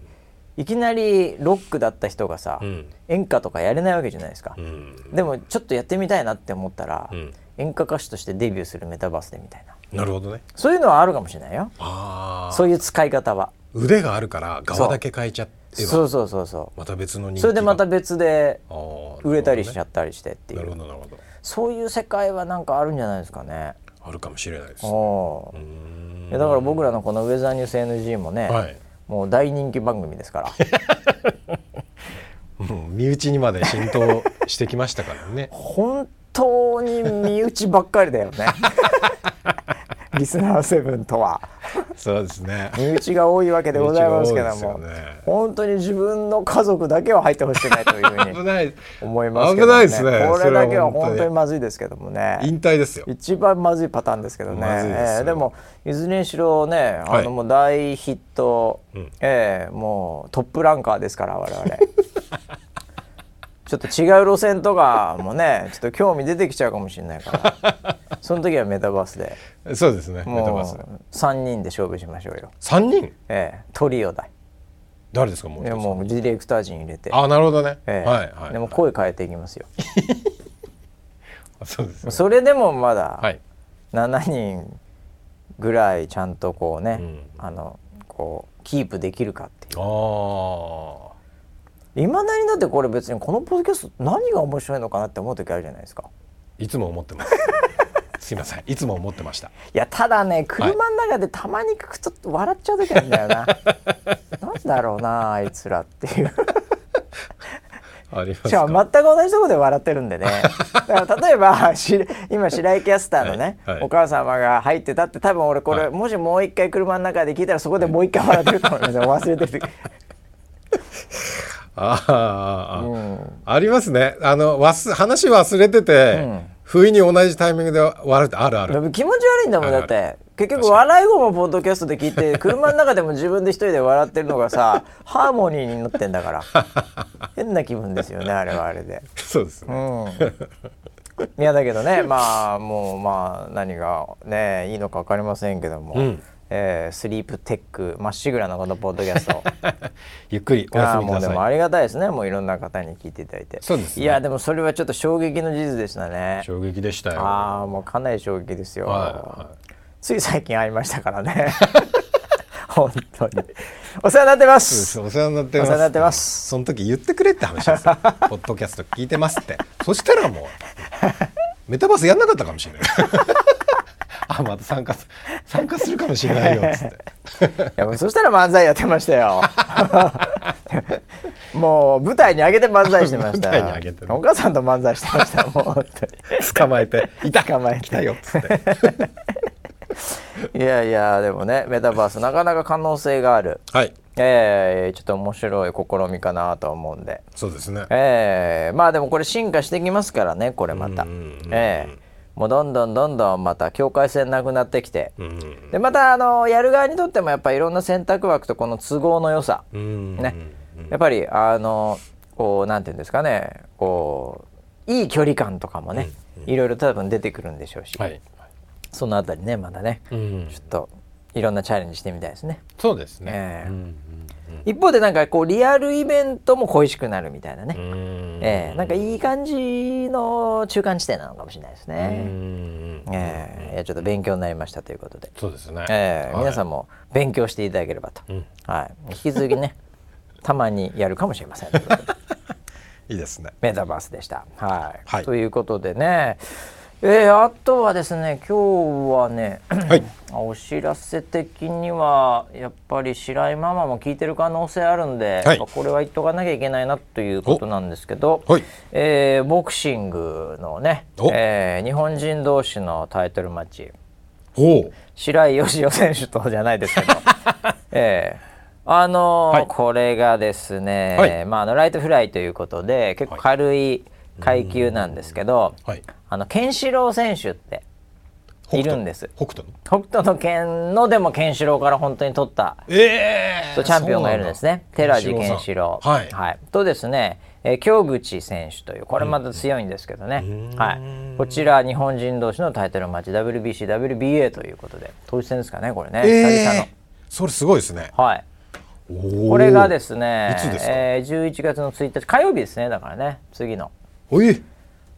[SPEAKER 1] いきなりロックだった人がさ、
[SPEAKER 2] ん
[SPEAKER 1] 演歌とかやれないわけじゃないですか、
[SPEAKER 2] うん
[SPEAKER 1] でもちょっとやってみたいなって思ったら、
[SPEAKER 2] ん
[SPEAKER 1] 演歌歌手としてデビューするメタバースでみたいな
[SPEAKER 2] なるほどね
[SPEAKER 1] そういうのはあるかもしれないよ
[SPEAKER 2] ああ
[SPEAKER 1] そういう使い方は
[SPEAKER 2] 腕があるから側だけ変えちゃって
[SPEAKER 1] そ
[SPEAKER 2] ば
[SPEAKER 1] うそうそうそ
[SPEAKER 2] また別の人
[SPEAKER 1] う
[SPEAKER 2] 気
[SPEAKER 1] それでまた
[SPEAKER 2] が
[SPEAKER 1] 別で
[SPEAKER 2] あー
[SPEAKER 1] 売れたりしちゃ
[SPEAKER 2] な
[SPEAKER 1] ったりしてってい
[SPEAKER 2] る
[SPEAKER 1] う
[SPEAKER 2] ほどねなるほどなる
[SPEAKER 1] そういう世界はなんかあるんじゃないですかね。
[SPEAKER 2] ほどあるかもしれないです
[SPEAKER 1] おー
[SPEAKER 2] うん
[SPEAKER 1] いやだから僕らのこの「ウェザーニュース NG」もね、
[SPEAKER 2] はい
[SPEAKER 1] もう大人気番組ですから
[SPEAKER 2] もう身内にまで浸透してきましたからね
[SPEAKER 1] 本当に身内ばっかりだよ ねリスナーセブンとは
[SPEAKER 2] そうですね
[SPEAKER 1] 身内が多いわけでございますけど
[SPEAKER 2] 身内が
[SPEAKER 1] も、
[SPEAKER 2] 多いですよね
[SPEAKER 1] 本当に自分の家族だけは入ってほしくないというふう
[SPEAKER 2] 危
[SPEAKER 1] に
[SPEAKER 2] ない
[SPEAKER 1] 思いますけど、
[SPEAKER 2] 危ないですね
[SPEAKER 1] これだけは本
[SPEAKER 2] それ
[SPEAKER 1] 当
[SPEAKER 2] は
[SPEAKER 1] にまずいですけどもね
[SPEAKER 2] 引退ですよ
[SPEAKER 1] 一番まずいパターンですけどね、
[SPEAKER 2] まずいですよ
[SPEAKER 1] ええでもいずれにしろねあ
[SPEAKER 2] は
[SPEAKER 1] の
[SPEAKER 2] い
[SPEAKER 1] もう大ヒット、ええもうトップランカーですから我々 ちょっと違う路線とかもねちょっと興味出てきちゃうかもしれないからその時はメタバースで
[SPEAKER 2] そうですねメタバース
[SPEAKER 1] も
[SPEAKER 2] で
[SPEAKER 1] う3人で勝負しましょうよ、
[SPEAKER 2] 3人
[SPEAKER 1] ええ、トリオだ
[SPEAKER 2] 誰ですかもう
[SPEAKER 1] で
[SPEAKER 2] 一つ
[SPEAKER 1] もうディレクター陣入れて、
[SPEAKER 2] あなるほどね、
[SPEAKER 1] ええ
[SPEAKER 2] はいはい
[SPEAKER 1] でも声変えていきますよ
[SPEAKER 2] そうですね
[SPEAKER 1] それでもまだ
[SPEAKER 2] はい
[SPEAKER 1] 7人ぐらいちゃんとこうね、
[SPEAKER 2] うん
[SPEAKER 1] あのこうキープできるかっていう
[SPEAKER 2] ああ
[SPEAKER 1] いまだにだってこれ別にこのポッドキャスト何が面白いのかなって思う時あるじゃないですか
[SPEAKER 2] いつも思ってます。 すいません。いつも思ってました。
[SPEAKER 1] いやただね車の中でたまにちょっと笑っちゃう時あるんだよな、なんだろうなあいつらっていう
[SPEAKER 2] あります
[SPEAKER 1] しかも全く同じところで笑ってるんでねだから例えばし今白井キャスターのね、
[SPEAKER 2] はいはい
[SPEAKER 1] お母様が入ってたって多分俺これ、
[SPEAKER 2] はい
[SPEAKER 1] もしもう一回車の中で聞いたらそこでもう一回笑ってると思うんですよ忘れてる時
[SPEAKER 2] あーあー、あー
[SPEAKER 1] うん
[SPEAKER 2] ありますね。あの忘話忘れてて、
[SPEAKER 1] うん
[SPEAKER 2] 不意に同じタイミングで笑うってあるあ
[SPEAKER 1] で
[SPEAKER 2] る。
[SPEAKER 1] も気持ち悪いんだもんだっ
[SPEAKER 2] あ
[SPEAKER 1] て結局笑い声もポッドキャストで聞いて車の中でも自分で一人で笑ってるのが さハーモニーになってんだから変な気分ですよねあれはあれで。
[SPEAKER 2] そうですね。
[SPEAKER 1] うん、いやだけどねまあもうまあ何がねいいのか分かりませんけども、
[SPEAKER 2] うん
[SPEAKER 1] えースリープテックまっしぐらのこのポッドキャ スト
[SPEAKER 2] ゆっくりお
[SPEAKER 1] が
[SPEAKER 2] 休み
[SPEAKER 1] も
[SPEAKER 2] く
[SPEAKER 1] う
[SPEAKER 2] だ
[SPEAKER 1] で
[SPEAKER 2] さい。
[SPEAKER 1] もありがたいですねもういろんな方に聞いていただいて
[SPEAKER 2] そうですね
[SPEAKER 1] いやでもそれはちょっと衝撃の事実でしたね
[SPEAKER 2] 衝撃でしたよ。
[SPEAKER 1] ああもうかなり衝撃ですよ、
[SPEAKER 2] は
[SPEAKER 1] つい最近会いましたからね 本当にお世話になってま
[SPEAKER 2] そうですすお世話になって
[SPEAKER 1] お
[SPEAKER 2] ます。
[SPEAKER 1] 世話になってます
[SPEAKER 2] その時言ってくれって話ですよ。ポッドキャスト聞いてます って。そしたらもうメタバースやんなかったかもしれない。 あまた参加す参加するかもしれないよっつって。
[SPEAKER 1] いやもうそしたら漫才やってましたよ もう舞台に上げて漫才してました
[SPEAKER 2] 舞台に上げてね
[SPEAKER 1] お母さんと漫才してましたもう本
[SPEAKER 2] 捕まえて「いた
[SPEAKER 1] 捕まえて
[SPEAKER 2] 来たよ」っつって
[SPEAKER 1] 当にいやいやでもねメタバースなかなか可能性がある
[SPEAKER 2] はい
[SPEAKER 1] えー、ちょっと面白い試みかなと思うんで
[SPEAKER 2] そうですね
[SPEAKER 1] えー、まあでもこれ進化してきますからねこれまた
[SPEAKER 2] うんうんうんうん
[SPEAKER 1] ええもうどんどんどんどんまた境界線なくなってきて
[SPEAKER 2] うん
[SPEAKER 1] でまたあのやる側にとってもやっぱいろんな選択枠とこの都合の良さ、
[SPEAKER 2] うん
[SPEAKER 1] ね、やっぱりあのこうなんていうんですかねこういい距離感とかもね、いろいろ多分出てくるんでしょうし、
[SPEAKER 2] はい、
[SPEAKER 1] そのあたりねまだね、
[SPEAKER 2] うん
[SPEAKER 1] ちょっといろんなチャレンジしてみたいですね。
[SPEAKER 2] そうですね、
[SPEAKER 1] ええ
[SPEAKER 2] うん
[SPEAKER 1] 一方でなんかこうリアルイベントも恋しくなるみたいなね、
[SPEAKER 2] うんうん
[SPEAKER 1] ええなんかいい感じの中間地点なのかもしれないです
[SPEAKER 2] うん
[SPEAKER 1] ね。
[SPEAKER 2] うん
[SPEAKER 1] ええいやちょっと勉強になりましたということで、
[SPEAKER 2] そうですね、
[SPEAKER 1] ええ皆さ
[SPEAKER 2] ん
[SPEAKER 1] んも勉強していただければと、
[SPEAKER 2] ん
[SPEAKER 1] はい、引き続きねたまにやるかもしれません。
[SPEAKER 2] いいですね
[SPEAKER 1] メタバースでした。はい、
[SPEAKER 2] はい
[SPEAKER 1] ということでね、えーあとはですね今日はね、
[SPEAKER 2] はい
[SPEAKER 1] お知らせ的にはやっぱり白井ママも聞いてる可能性あるんで、
[SPEAKER 2] はい
[SPEAKER 1] まあこれは言っとかなきゃいけないなということなんですけど、
[SPEAKER 2] おはい
[SPEAKER 1] えーボクシングのね
[SPEAKER 2] お、
[SPEAKER 1] えー日本人同士のタイトルマッチ
[SPEAKER 2] おお
[SPEAKER 1] 白井義雄選手とじゃないですけど、ええあのー
[SPEAKER 2] はい
[SPEAKER 1] これがですね、
[SPEAKER 2] はい
[SPEAKER 1] まあ、あのライトフライということで結構軽い階級なんですけど、
[SPEAKER 2] はい
[SPEAKER 1] あのケンシロウ選手っているんです
[SPEAKER 2] 北斗の
[SPEAKER 1] 北斗の拳のでもケンシロウから本当に取った
[SPEAKER 2] え
[SPEAKER 1] チ
[SPEAKER 2] え
[SPEAKER 1] ャンピオンがいるんですね寺地健志郎
[SPEAKER 2] さんはい、
[SPEAKER 1] とですね、えー京口選手というこれまた強いんですけどね、はい、こちら日本人同士のタイトルマッチ WBCWBA ということで統一戦ですかねこれね、
[SPEAKER 2] え
[SPEAKER 1] 久々
[SPEAKER 2] えそれすごいですね
[SPEAKER 1] の。はい
[SPEAKER 2] おお
[SPEAKER 1] これがですね
[SPEAKER 2] いつですか
[SPEAKER 1] えー、11月の1日火曜日ですねだからね次の。
[SPEAKER 2] おい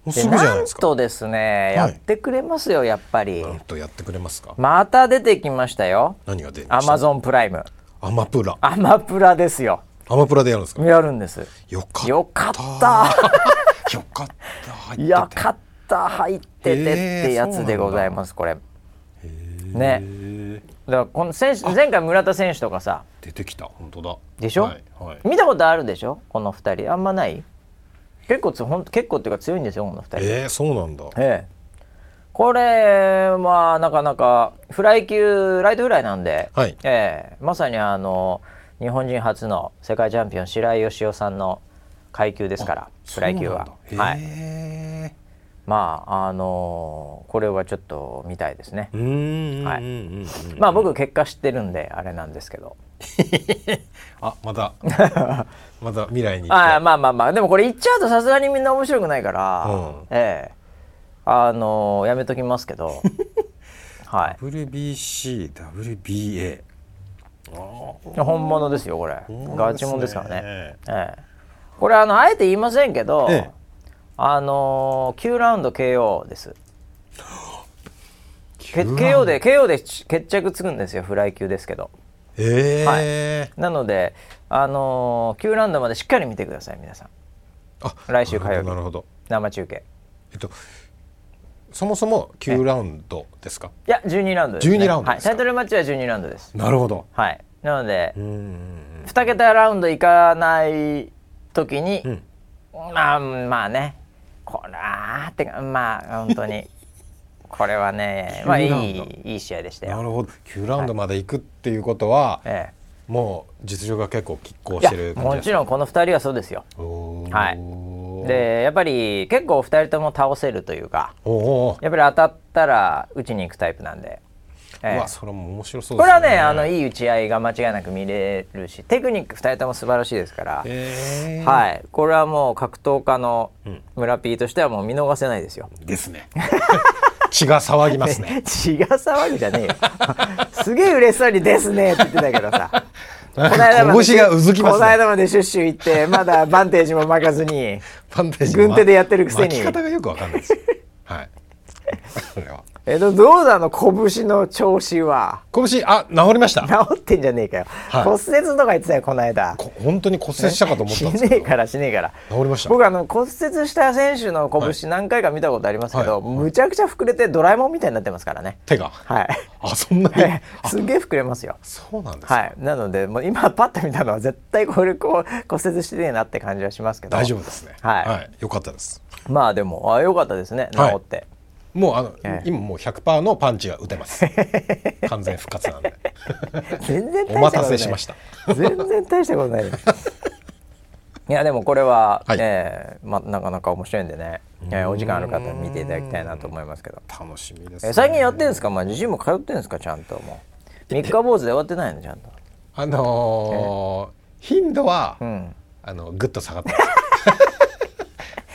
[SPEAKER 2] もうす
[SPEAKER 1] で
[SPEAKER 2] ぐじ
[SPEAKER 1] な
[SPEAKER 2] ゃない
[SPEAKER 1] ん
[SPEAKER 2] ですか
[SPEAKER 1] とですね、
[SPEAKER 2] はい
[SPEAKER 1] やってくれますよやっぱり、
[SPEAKER 2] なんとやってくれますか
[SPEAKER 1] また出てきましたよ
[SPEAKER 2] 何が出る
[SPEAKER 1] アマゾンプライム
[SPEAKER 2] アマプラ
[SPEAKER 1] アマプラですよ
[SPEAKER 2] アマプラでやるんですか
[SPEAKER 1] やるんです
[SPEAKER 2] よかった
[SPEAKER 1] よかった
[SPEAKER 2] よかった入ってて
[SPEAKER 1] よかった入っててっ
[SPEAKER 2] へー
[SPEAKER 1] てやつでございますこれねだからこの選手前回村田選手とかさ
[SPEAKER 2] 出てきた本当だ
[SPEAKER 1] でしょ、
[SPEAKER 2] はいはい
[SPEAKER 1] 見たことあるでしょこの二人あんまない結構つほん結構っていうか強いんですよこの二人
[SPEAKER 2] えー、そうなんだ
[SPEAKER 1] ええこれはなかなかフライ級ライトフライなんで、
[SPEAKER 2] はい
[SPEAKER 1] ええまさにあの日本人初の世界チャンピオン白井義雄さんの階級ですからフライ級は、
[SPEAKER 2] そうな
[SPEAKER 1] は
[SPEAKER 2] ん
[SPEAKER 1] い、
[SPEAKER 2] だへ
[SPEAKER 1] まああのこれはちょっと見たいですね
[SPEAKER 2] えうーん
[SPEAKER 1] はい
[SPEAKER 2] うんうんうん
[SPEAKER 1] まあ僕結果知ってるんであれなんですけど
[SPEAKER 2] あま だまだ未来に行って
[SPEAKER 1] ああまあまあまあでもこれ言っちゃうとさすがにみんな面白くないから、
[SPEAKER 2] うん
[SPEAKER 1] ええあのやめときますけ どはい
[SPEAKER 2] WBCWBA
[SPEAKER 1] 本物ですよこれ
[SPEAKER 2] 本物ですね
[SPEAKER 1] ガチもんですからねええこれあのあえて言いませんけど、
[SPEAKER 2] ええ
[SPEAKER 1] あのー、9ラウンド KO ですけ
[SPEAKER 2] 9
[SPEAKER 1] KO で KO で決着つくんですよフライ級ですけど
[SPEAKER 2] ええ
[SPEAKER 1] なのであのー、9ラウンドまでしっかり見てください皆さん
[SPEAKER 2] あ
[SPEAKER 1] 来週火曜日
[SPEAKER 2] なるほどなるほど
[SPEAKER 1] 生中継
[SPEAKER 2] えっとそもそも9ラウンドですか
[SPEAKER 1] いや12ラウンドです、ね、
[SPEAKER 2] 12ラウンド
[SPEAKER 1] はい、
[SPEAKER 2] ですか
[SPEAKER 1] タイトルマッチは12ラウンドです
[SPEAKER 2] なるほど
[SPEAKER 1] はいなので、
[SPEAKER 2] うんうんうん
[SPEAKER 1] 2桁ラウンドいかない時に、
[SPEAKER 2] ん
[SPEAKER 1] まあまあねこらーってまあ本当に これはねまあい
[SPEAKER 2] 急になん
[SPEAKER 1] いいい試合でした
[SPEAKER 2] な
[SPEAKER 1] よ。
[SPEAKER 2] るほど9ラウンドまで行くっていうことは、
[SPEAKER 1] え
[SPEAKER 2] もう実力が結構拮抗
[SPEAKER 1] え、い
[SPEAKER 2] してる
[SPEAKER 1] やも
[SPEAKER 2] 感じ
[SPEAKER 1] ち
[SPEAKER 2] です
[SPEAKER 1] ろんこの2人はそうですよ。
[SPEAKER 2] かおー
[SPEAKER 1] はいでやっぱり結構2人とも倒せるというか
[SPEAKER 2] おーおー
[SPEAKER 1] やっぱり当たったら打ちに行くタイプなんで、ええ
[SPEAKER 2] うわそれも面白そう
[SPEAKER 1] こ
[SPEAKER 2] ですね
[SPEAKER 1] れはねあのいい打ち合いが間違いなく見れるしテクニック2人とも素晴らしいですから、
[SPEAKER 2] えー
[SPEAKER 1] はい、これはもう格闘家の
[SPEAKER 2] ん
[SPEAKER 1] 村 P としてはもう見逃せないですよ。
[SPEAKER 2] ですね 血が騒ぎま すね
[SPEAKER 1] 血が騒ぎじゃねえよ すげえ嬉しそうに「ですね」って言ってたけど さ
[SPEAKER 2] なんか
[SPEAKER 1] まで
[SPEAKER 2] 拳がうずきま
[SPEAKER 1] こ
[SPEAKER 2] す
[SPEAKER 1] の
[SPEAKER 2] ね
[SPEAKER 1] 間までシュッシュ行ってまだバンテージも巻かずに
[SPEAKER 2] パンテージ
[SPEAKER 1] 軍手でやってるくせに
[SPEAKER 2] 巻き方がよくわかんないですはいこれは
[SPEAKER 1] えどどうだの拳の調子は
[SPEAKER 2] 拳あ治りました
[SPEAKER 1] 治ってんじゃねえかよ、
[SPEAKER 2] はい
[SPEAKER 1] 骨折とか言ってたよこの間
[SPEAKER 2] こ本当に骨折したかと思っ
[SPEAKER 1] した
[SPEAKER 2] んです
[SPEAKER 1] ね
[SPEAKER 2] け
[SPEAKER 1] え
[SPEAKER 2] ど
[SPEAKER 1] からしねえから
[SPEAKER 2] 治りました
[SPEAKER 1] 僕あの骨折した選手の
[SPEAKER 2] は
[SPEAKER 1] 拳何回か見たことありますけど、
[SPEAKER 2] は
[SPEAKER 1] むちゃくちゃ膨れてドラえもんみたいになってますからね
[SPEAKER 2] 手が
[SPEAKER 1] はい
[SPEAKER 2] あそんなにあ
[SPEAKER 1] すげえ膨れますよ
[SPEAKER 2] そうなんですか
[SPEAKER 1] はい、なのでもう今パッと見たのは絶対これこう骨折してねえなって感じはしますけど
[SPEAKER 2] 大丈夫ですね
[SPEAKER 1] はい
[SPEAKER 2] よかったです
[SPEAKER 1] まあでもあ良かったですね
[SPEAKER 2] はい
[SPEAKER 1] 治って、
[SPEAKER 2] もうあの
[SPEAKER 1] ええ
[SPEAKER 2] 今もう100%のパンチが打てます 完全復活なんで
[SPEAKER 1] 全然大したことない
[SPEAKER 2] お待たせ しました
[SPEAKER 1] 全然大したことない ですいやでもこれは、
[SPEAKER 2] はい
[SPEAKER 1] えーま、なかなか面白いんでね、えーお時間ある方は見ていただきたいなと思いますけど、
[SPEAKER 2] 楽しみです
[SPEAKER 1] え
[SPEAKER 2] ね
[SPEAKER 1] ー最近やってんですか、まあ、ジジも通ってんですかちゃんともう三日坊主で終わってないのちゃんと
[SPEAKER 2] あのー頻度は
[SPEAKER 1] ん
[SPEAKER 2] あのぐっと下がって ま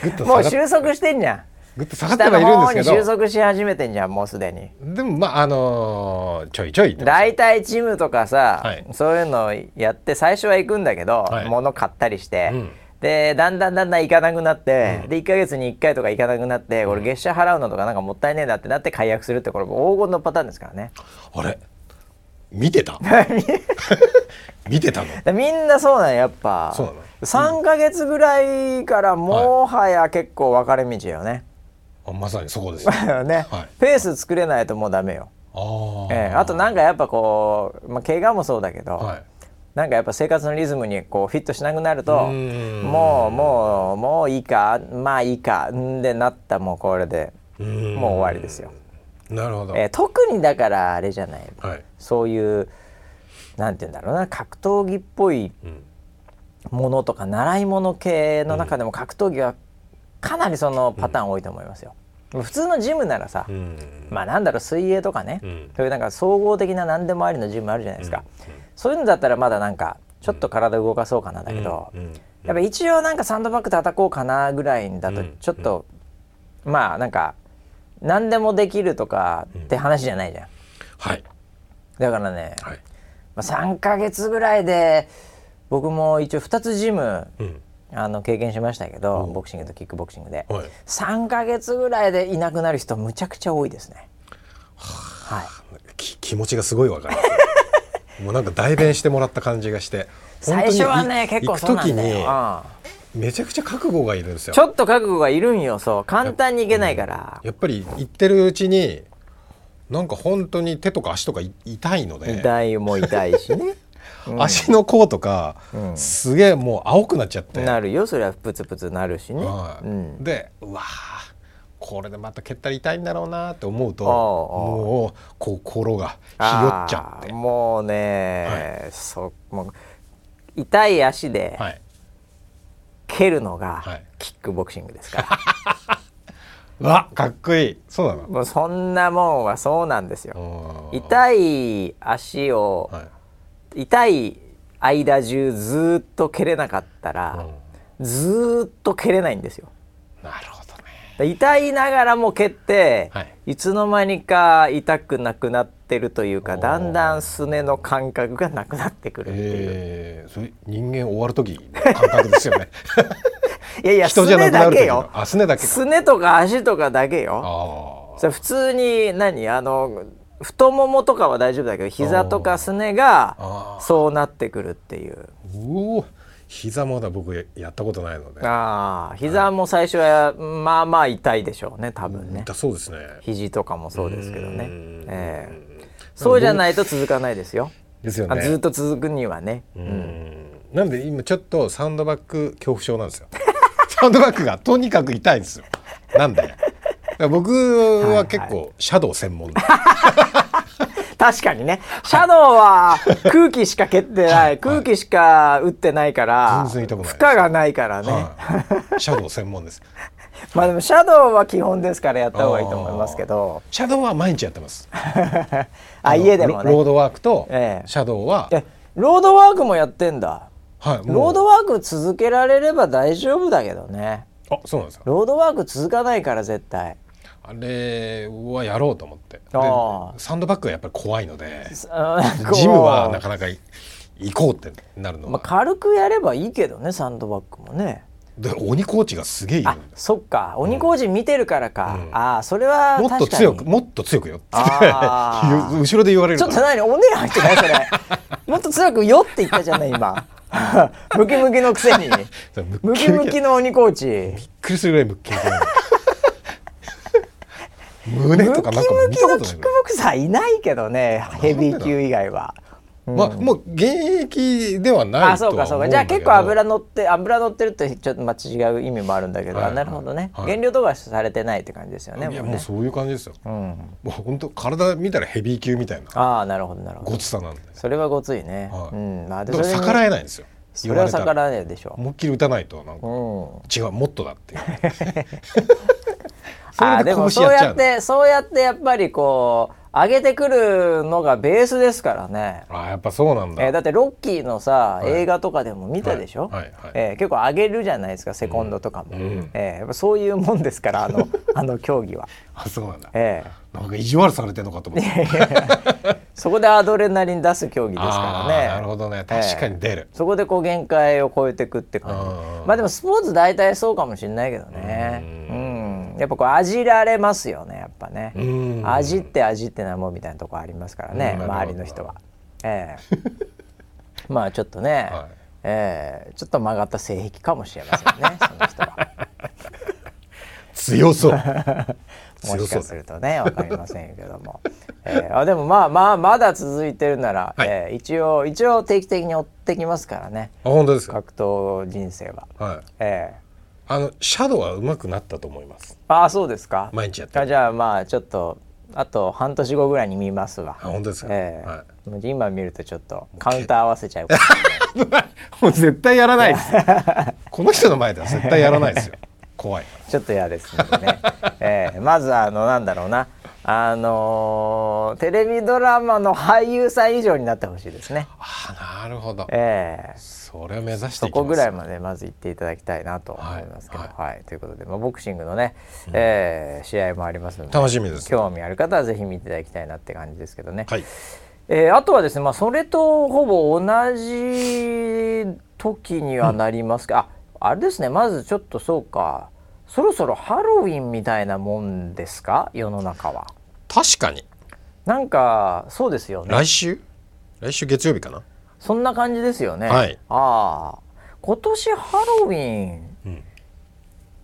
[SPEAKER 2] すぐっと
[SPEAKER 1] もう
[SPEAKER 2] 下がっ
[SPEAKER 1] 収束してんじゃん
[SPEAKER 2] ぐっと下がって
[SPEAKER 1] 下
[SPEAKER 2] は
[SPEAKER 1] の
[SPEAKER 2] いるん
[SPEAKER 1] 方
[SPEAKER 2] で
[SPEAKER 1] に
[SPEAKER 2] すけ
[SPEAKER 1] 収
[SPEAKER 2] ど
[SPEAKER 1] 束し始めてんじゃんもうすでに
[SPEAKER 2] でもまああのーちょいちょい行ってます
[SPEAKER 1] 大体ジムとかさ、
[SPEAKER 2] はい
[SPEAKER 1] そういうのやって最初は行くんだけど、
[SPEAKER 2] はい
[SPEAKER 1] 物買ったりして、
[SPEAKER 2] うん
[SPEAKER 1] でだんだんだんだん行かなくなって、で1か月に1回とか行かなくなってこれ月謝払うのとかなんかもったいねえなってなって解約するってこれもう黄金のパターンですからね
[SPEAKER 2] あれ見 てた 見てたの
[SPEAKER 1] でみんなそうなんよやっぱ
[SPEAKER 2] そうなの
[SPEAKER 1] 3か月ぐらいからもはや結構分かれ道よね,、
[SPEAKER 2] あまさにそこですよ
[SPEAKER 1] ね
[SPEAKER 2] はい
[SPEAKER 1] ペース作れないともうダメよ
[SPEAKER 2] あー、
[SPEAKER 1] ええあとなんかやっぱこう、まあ、怪我もそうだけど、
[SPEAKER 2] はい
[SPEAKER 1] なんかやっぱ生活のリズムにこうフィットしなくなると
[SPEAKER 2] うーん
[SPEAKER 1] もうもうもういいかまあいいかんでなったもうこれで
[SPEAKER 2] うーん
[SPEAKER 1] もう終わりですよ。
[SPEAKER 2] なるほど、
[SPEAKER 1] えー特にだからあれじゃない
[SPEAKER 2] はい
[SPEAKER 1] そういうなんて言うんだろうな格闘技っぽい
[SPEAKER 2] ん
[SPEAKER 1] ものとか習い物系の中でも格闘技はかなりそのパターン多いと思いますよ。普通のジムならさ、
[SPEAKER 2] うん
[SPEAKER 1] まあなんだろう水泳とかね、
[SPEAKER 2] ん
[SPEAKER 1] そういうなんか総合的な何でもありのジムあるじゃないですか、そういうのだったらまだなんかちょっと体動かそうかなだけど、
[SPEAKER 2] うんうん
[SPEAKER 1] やっぱ一応なんかサンドバッグ叩こうかなぐらいだと
[SPEAKER 2] うん
[SPEAKER 1] ちょっと、まあなんか何でもできるとかって話じゃないじゃん、
[SPEAKER 2] はい
[SPEAKER 1] だからね、
[SPEAKER 2] はい
[SPEAKER 1] まあ、3ヶ月ぐらいで僕も一応2つジム
[SPEAKER 2] うん
[SPEAKER 1] あの経験しましたけど、ボクシングとキックボクシングで、
[SPEAKER 2] はい
[SPEAKER 1] 3ヶ月ぐらいでいなくなる人むちゃくちゃ多いですね。はい
[SPEAKER 2] き気持ちがすごいわかる もうなんか代弁してもらった感じがして
[SPEAKER 1] 最初はね
[SPEAKER 2] 本当に
[SPEAKER 1] 結構そうなんだよ、うん
[SPEAKER 2] 行く時にめちゃくちゃ覚悟がいるんですよ
[SPEAKER 1] ちょっと覚悟がいるんよそう簡単にいけないから、
[SPEAKER 2] やっぱり行ってるうちになんか本当に手とか足とかい痛いので
[SPEAKER 1] 痛いも痛いしね
[SPEAKER 2] 足の甲とか、す げえもう青くなっちゃって、
[SPEAKER 1] なるよそりゃプツプツなるしね、
[SPEAKER 2] はい
[SPEAKER 1] うん、
[SPEAKER 2] でうわーこれでまた蹴ったら痛いんだろうなって思うと
[SPEAKER 1] ああああ
[SPEAKER 2] もうこう心がひよっちゃ
[SPEAKER 1] あ
[SPEAKER 2] っ
[SPEAKER 1] ー
[SPEAKER 2] て
[SPEAKER 1] もうね、そうもう痛い足で
[SPEAKER 2] はい
[SPEAKER 1] 蹴るのが
[SPEAKER 2] はい
[SPEAKER 1] キックボクシングですから、
[SPEAKER 2] うわかっこいいそうなの
[SPEAKER 1] もう そんなもんはそうなんですよ痛い足を
[SPEAKER 2] はい
[SPEAKER 1] 痛い間中ずーっと蹴れなかったら、ずーっと蹴れないんですよ。
[SPEAKER 2] なるほどね
[SPEAKER 1] 痛いながらも蹴って、
[SPEAKER 2] はい
[SPEAKER 1] い、つの間にか痛くなくなってるというかだんだんすねの感覚がなくなってくるっていう、
[SPEAKER 2] えー、それ人間終わる時の感覚ですよね
[SPEAKER 1] い やいやす
[SPEAKER 2] 人じゃな
[SPEAKER 1] ね
[SPEAKER 2] くな
[SPEAKER 1] だ
[SPEAKER 2] る
[SPEAKER 1] け
[SPEAKER 2] 時
[SPEAKER 1] よ
[SPEAKER 2] のあすねだけか
[SPEAKER 1] すねとか足とかだけよ
[SPEAKER 2] あ
[SPEAKER 1] それ普通に何あの太ももとかは大丈夫だけど膝とかすねが
[SPEAKER 2] あ
[SPEAKER 1] そうなってくるっていう
[SPEAKER 2] ーうお膝まだ僕やったことないので
[SPEAKER 1] ああ膝も最初はまあまあ痛いでしょうね多分ね
[SPEAKER 2] 痛そうですね
[SPEAKER 1] 肘とかもそうですけどね
[SPEAKER 2] うーん
[SPEAKER 1] ええそうじゃないと続かないですよ
[SPEAKER 2] ですよ
[SPEAKER 1] あずっ
[SPEAKER 2] ね
[SPEAKER 1] と続くにはね、
[SPEAKER 2] うんなんで今ちょっとサンドバッグ恐怖症なんですよ サンドバッグがとにかく痛いんですよなんでだから僕は結構シャドウ専門で
[SPEAKER 1] 確かにねシャドウ は空気しか蹴ってない、空気しか打ってないから、
[SPEAKER 2] 全然痛くないです
[SPEAKER 1] 負荷がないからね、
[SPEAKER 2] はい、シャドウ専門です
[SPEAKER 1] まあでもシャドウは基本ですからやった方がいいと思いますけど
[SPEAKER 2] シャドウは毎日やってます
[SPEAKER 1] あ
[SPEAKER 2] の
[SPEAKER 1] 家でも
[SPEAKER 2] ロロー
[SPEAKER 1] ね
[SPEAKER 2] ドワークと
[SPEAKER 1] ええ
[SPEAKER 2] シャドウは、
[SPEAKER 1] えロードワークもやってんだ
[SPEAKER 2] はいもう
[SPEAKER 1] ロードワーク続けられれば大丈夫だけどね
[SPEAKER 2] あそうなんですよ
[SPEAKER 1] ロードワーク続かないから絶対
[SPEAKER 2] あれはやろうと思ってで
[SPEAKER 1] ああ
[SPEAKER 2] サンドバッグはやっぱり怖いので
[SPEAKER 1] ジ
[SPEAKER 2] ジムはなかなかい行こうってなるの
[SPEAKER 1] まあ、
[SPEAKER 2] は、
[SPEAKER 1] 軽くやればいいけどねサンドバッグもね
[SPEAKER 2] で鬼コーチがすげえいる
[SPEAKER 1] あ
[SPEAKER 2] んです
[SPEAKER 1] そっか鬼工事見てるからか、
[SPEAKER 2] うん
[SPEAKER 1] ああそれは
[SPEAKER 2] もっと
[SPEAKER 1] 確かに
[SPEAKER 2] 強くもっと強くよって
[SPEAKER 1] あー
[SPEAKER 2] 後ろで言われる
[SPEAKER 1] ち
[SPEAKER 2] か
[SPEAKER 1] ょっ
[SPEAKER 2] ら
[SPEAKER 1] と何おねえ入ってないそれ もっと強く「よ」って言ったじゃない今 ムキムキのく せに
[SPEAKER 2] そうム
[SPEAKER 1] ム
[SPEAKER 2] ッ
[SPEAKER 1] キ
[SPEAKER 2] キム
[SPEAKER 1] ム
[SPEAKER 2] キ
[SPEAKER 1] キの鬼コーチ
[SPEAKER 2] びっくりするぐらいムッキムキ胸
[SPEAKER 1] ムキ
[SPEAKER 2] とか
[SPEAKER 1] ム
[SPEAKER 2] なんか見
[SPEAKER 1] キ
[SPEAKER 2] たこ
[SPEAKER 1] の
[SPEAKER 2] とな
[SPEAKER 1] キ
[SPEAKER 2] い
[SPEAKER 1] ックボクサーいないけどねヘビー級以外は。
[SPEAKER 2] まあもう現役ではない
[SPEAKER 1] あ
[SPEAKER 2] とは
[SPEAKER 1] そう
[SPEAKER 2] 思う
[SPEAKER 1] かそうか
[SPEAKER 2] んだけど
[SPEAKER 1] じゃあ結構油乗って油乗ってるってちょっとまあ違う意味もあるんだけど、
[SPEAKER 2] はい
[SPEAKER 1] あなるほどね、
[SPEAKER 2] はい
[SPEAKER 1] 減量とかされてないって感じですよね
[SPEAKER 2] いや
[SPEAKER 1] もう
[SPEAKER 2] もう
[SPEAKER 1] ね
[SPEAKER 2] そういう感じですよ、
[SPEAKER 1] ん
[SPEAKER 2] もう本当体見たらヘビー級みたいな
[SPEAKER 1] ああなるほどなるほど
[SPEAKER 2] ごつさなんで
[SPEAKER 1] それはごついね、
[SPEAKER 2] はい
[SPEAKER 1] うんまあで
[SPEAKER 2] だから
[SPEAKER 1] それに
[SPEAKER 2] 逆らえないんですよ
[SPEAKER 1] それは逆
[SPEAKER 2] ら
[SPEAKER 1] らえないでしょ
[SPEAKER 2] 思いっきり打たないとなんか
[SPEAKER 1] う、うん
[SPEAKER 2] 違うもっとだ っていうそ
[SPEAKER 1] あ
[SPEAKER 2] れ
[SPEAKER 1] ーで
[SPEAKER 2] で拳や
[SPEAKER 1] も
[SPEAKER 2] っち
[SPEAKER 1] そう
[SPEAKER 2] ゃ
[SPEAKER 1] や
[SPEAKER 2] う
[SPEAKER 1] っ
[SPEAKER 2] の
[SPEAKER 1] てそうやってやっぱりこう上げてくるのがベースですからね、
[SPEAKER 2] あーやっぱそうなんだ、
[SPEAKER 1] えーだってロッキーのさ、
[SPEAKER 2] い
[SPEAKER 1] 映画とかでも見たでしょ、
[SPEAKER 2] はいはいはい
[SPEAKER 1] えー結構上げるじゃないですかセコンドとかも、
[SPEAKER 2] うん
[SPEAKER 1] えーやっぱそういうもんですからあのあの競技は、
[SPEAKER 2] あそうなんだ、
[SPEAKER 1] え
[SPEAKER 2] なんか意地悪されてんのかと思って
[SPEAKER 1] ーそこでアドレナリン出す競技です
[SPEAKER 2] あ
[SPEAKER 1] か
[SPEAKER 2] あ
[SPEAKER 1] らね
[SPEAKER 2] なるほどね確かに出る、
[SPEAKER 1] そこでこう限界を超えていくって感じ
[SPEAKER 2] うん
[SPEAKER 1] まあでもスポーツ大体そうかもしれないけどねうんやっぱこう味られますよねやっぱね
[SPEAKER 2] うん
[SPEAKER 1] 味って味ってなんぼみたいなとこありますからね
[SPEAKER 2] うん
[SPEAKER 1] 周りの人はええ まあちょっとね、
[SPEAKER 2] はい
[SPEAKER 1] ええちょっと曲がった性癖かもしれません ねその人は
[SPEAKER 2] 強そ う
[SPEAKER 1] もし
[SPEAKER 2] 強そ
[SPEAKER 1] か
[SPEAKER 2] う
[SPEAKER 1] するとねわかりませんけども、ええあでもまあまあまだ続いてるなら、
[SPEAKER 2] はい
[SPEAKER 1] ええ一応一応定期的に追ってきますからね
[SPEAKER 2] あ本当ですか
[SPEAKER 1] 格闘人生は。
[SPEAKER 2] はい
[SPEAKER 1] ええ
[SPEAKER 2] あのシャドウは上手くなったと思います
[SPEAKER 1] ああそうですか
[SPEAKER 2] 毎日やってる
[SPEAKER 1] あじゃあまあちょっとあと半年後ぐらいに見ますわ
[SPEAKER 2] あ本当ですか
[SPEAKER 1] ええ
[SPEAKER 2] は
[SPEAKER 1] もう今見るとちょっとカウンター合わせちゃうから
[SPEAKER 2] もう絶対やらないです この人の前では絶対やらないですよ怖いか
[SPEAKER 1] ちょっと嫌ですのでね、 ええまずあのなんだろうなあのーテレビドラマの俳優さん以上になってほしいですね
[SPEAKER 2] らああなるほど
[SPEAKER 1] ええ
[SPEAKER 2] それを目指して
[SPEAKER 1] そ
[SPEAKER 2] いきます
[SPEAKER 1] こぐらい
[SPEAKER 2] ま
[SPEAKER 1] までまず行っていただきたいなと思いますけど、は
[SPEAKER 2] はいい
[SPEAKER 1] ということで、まあ、ボクシングのね、ええ試合もありますので
[SPEAKER 2] 楽しみです
[SPEAKER 1] 興味ある方はぜひ見ていただきたいなって感じですけどね、
[SPEAKER 2] はい
[SPEAKER 1] えーあとはですね、まあ、それとほぼ同じ時にはなりますが、ああれですねまずちょっとそうかそろそろハロウィンみたいなもんですか世の中は。
[SPEAKER 2] 確かに
[SPEAKER 1] なんかそうですよね
[SPEAKER 2] 来週来週月曜日かな
[SPEAKER 1] そんな感じですよね。
[SPEAKER 2] はい
[SPEAKER 1] ああ今年ハロウィン、
[SPEAKER 2] うん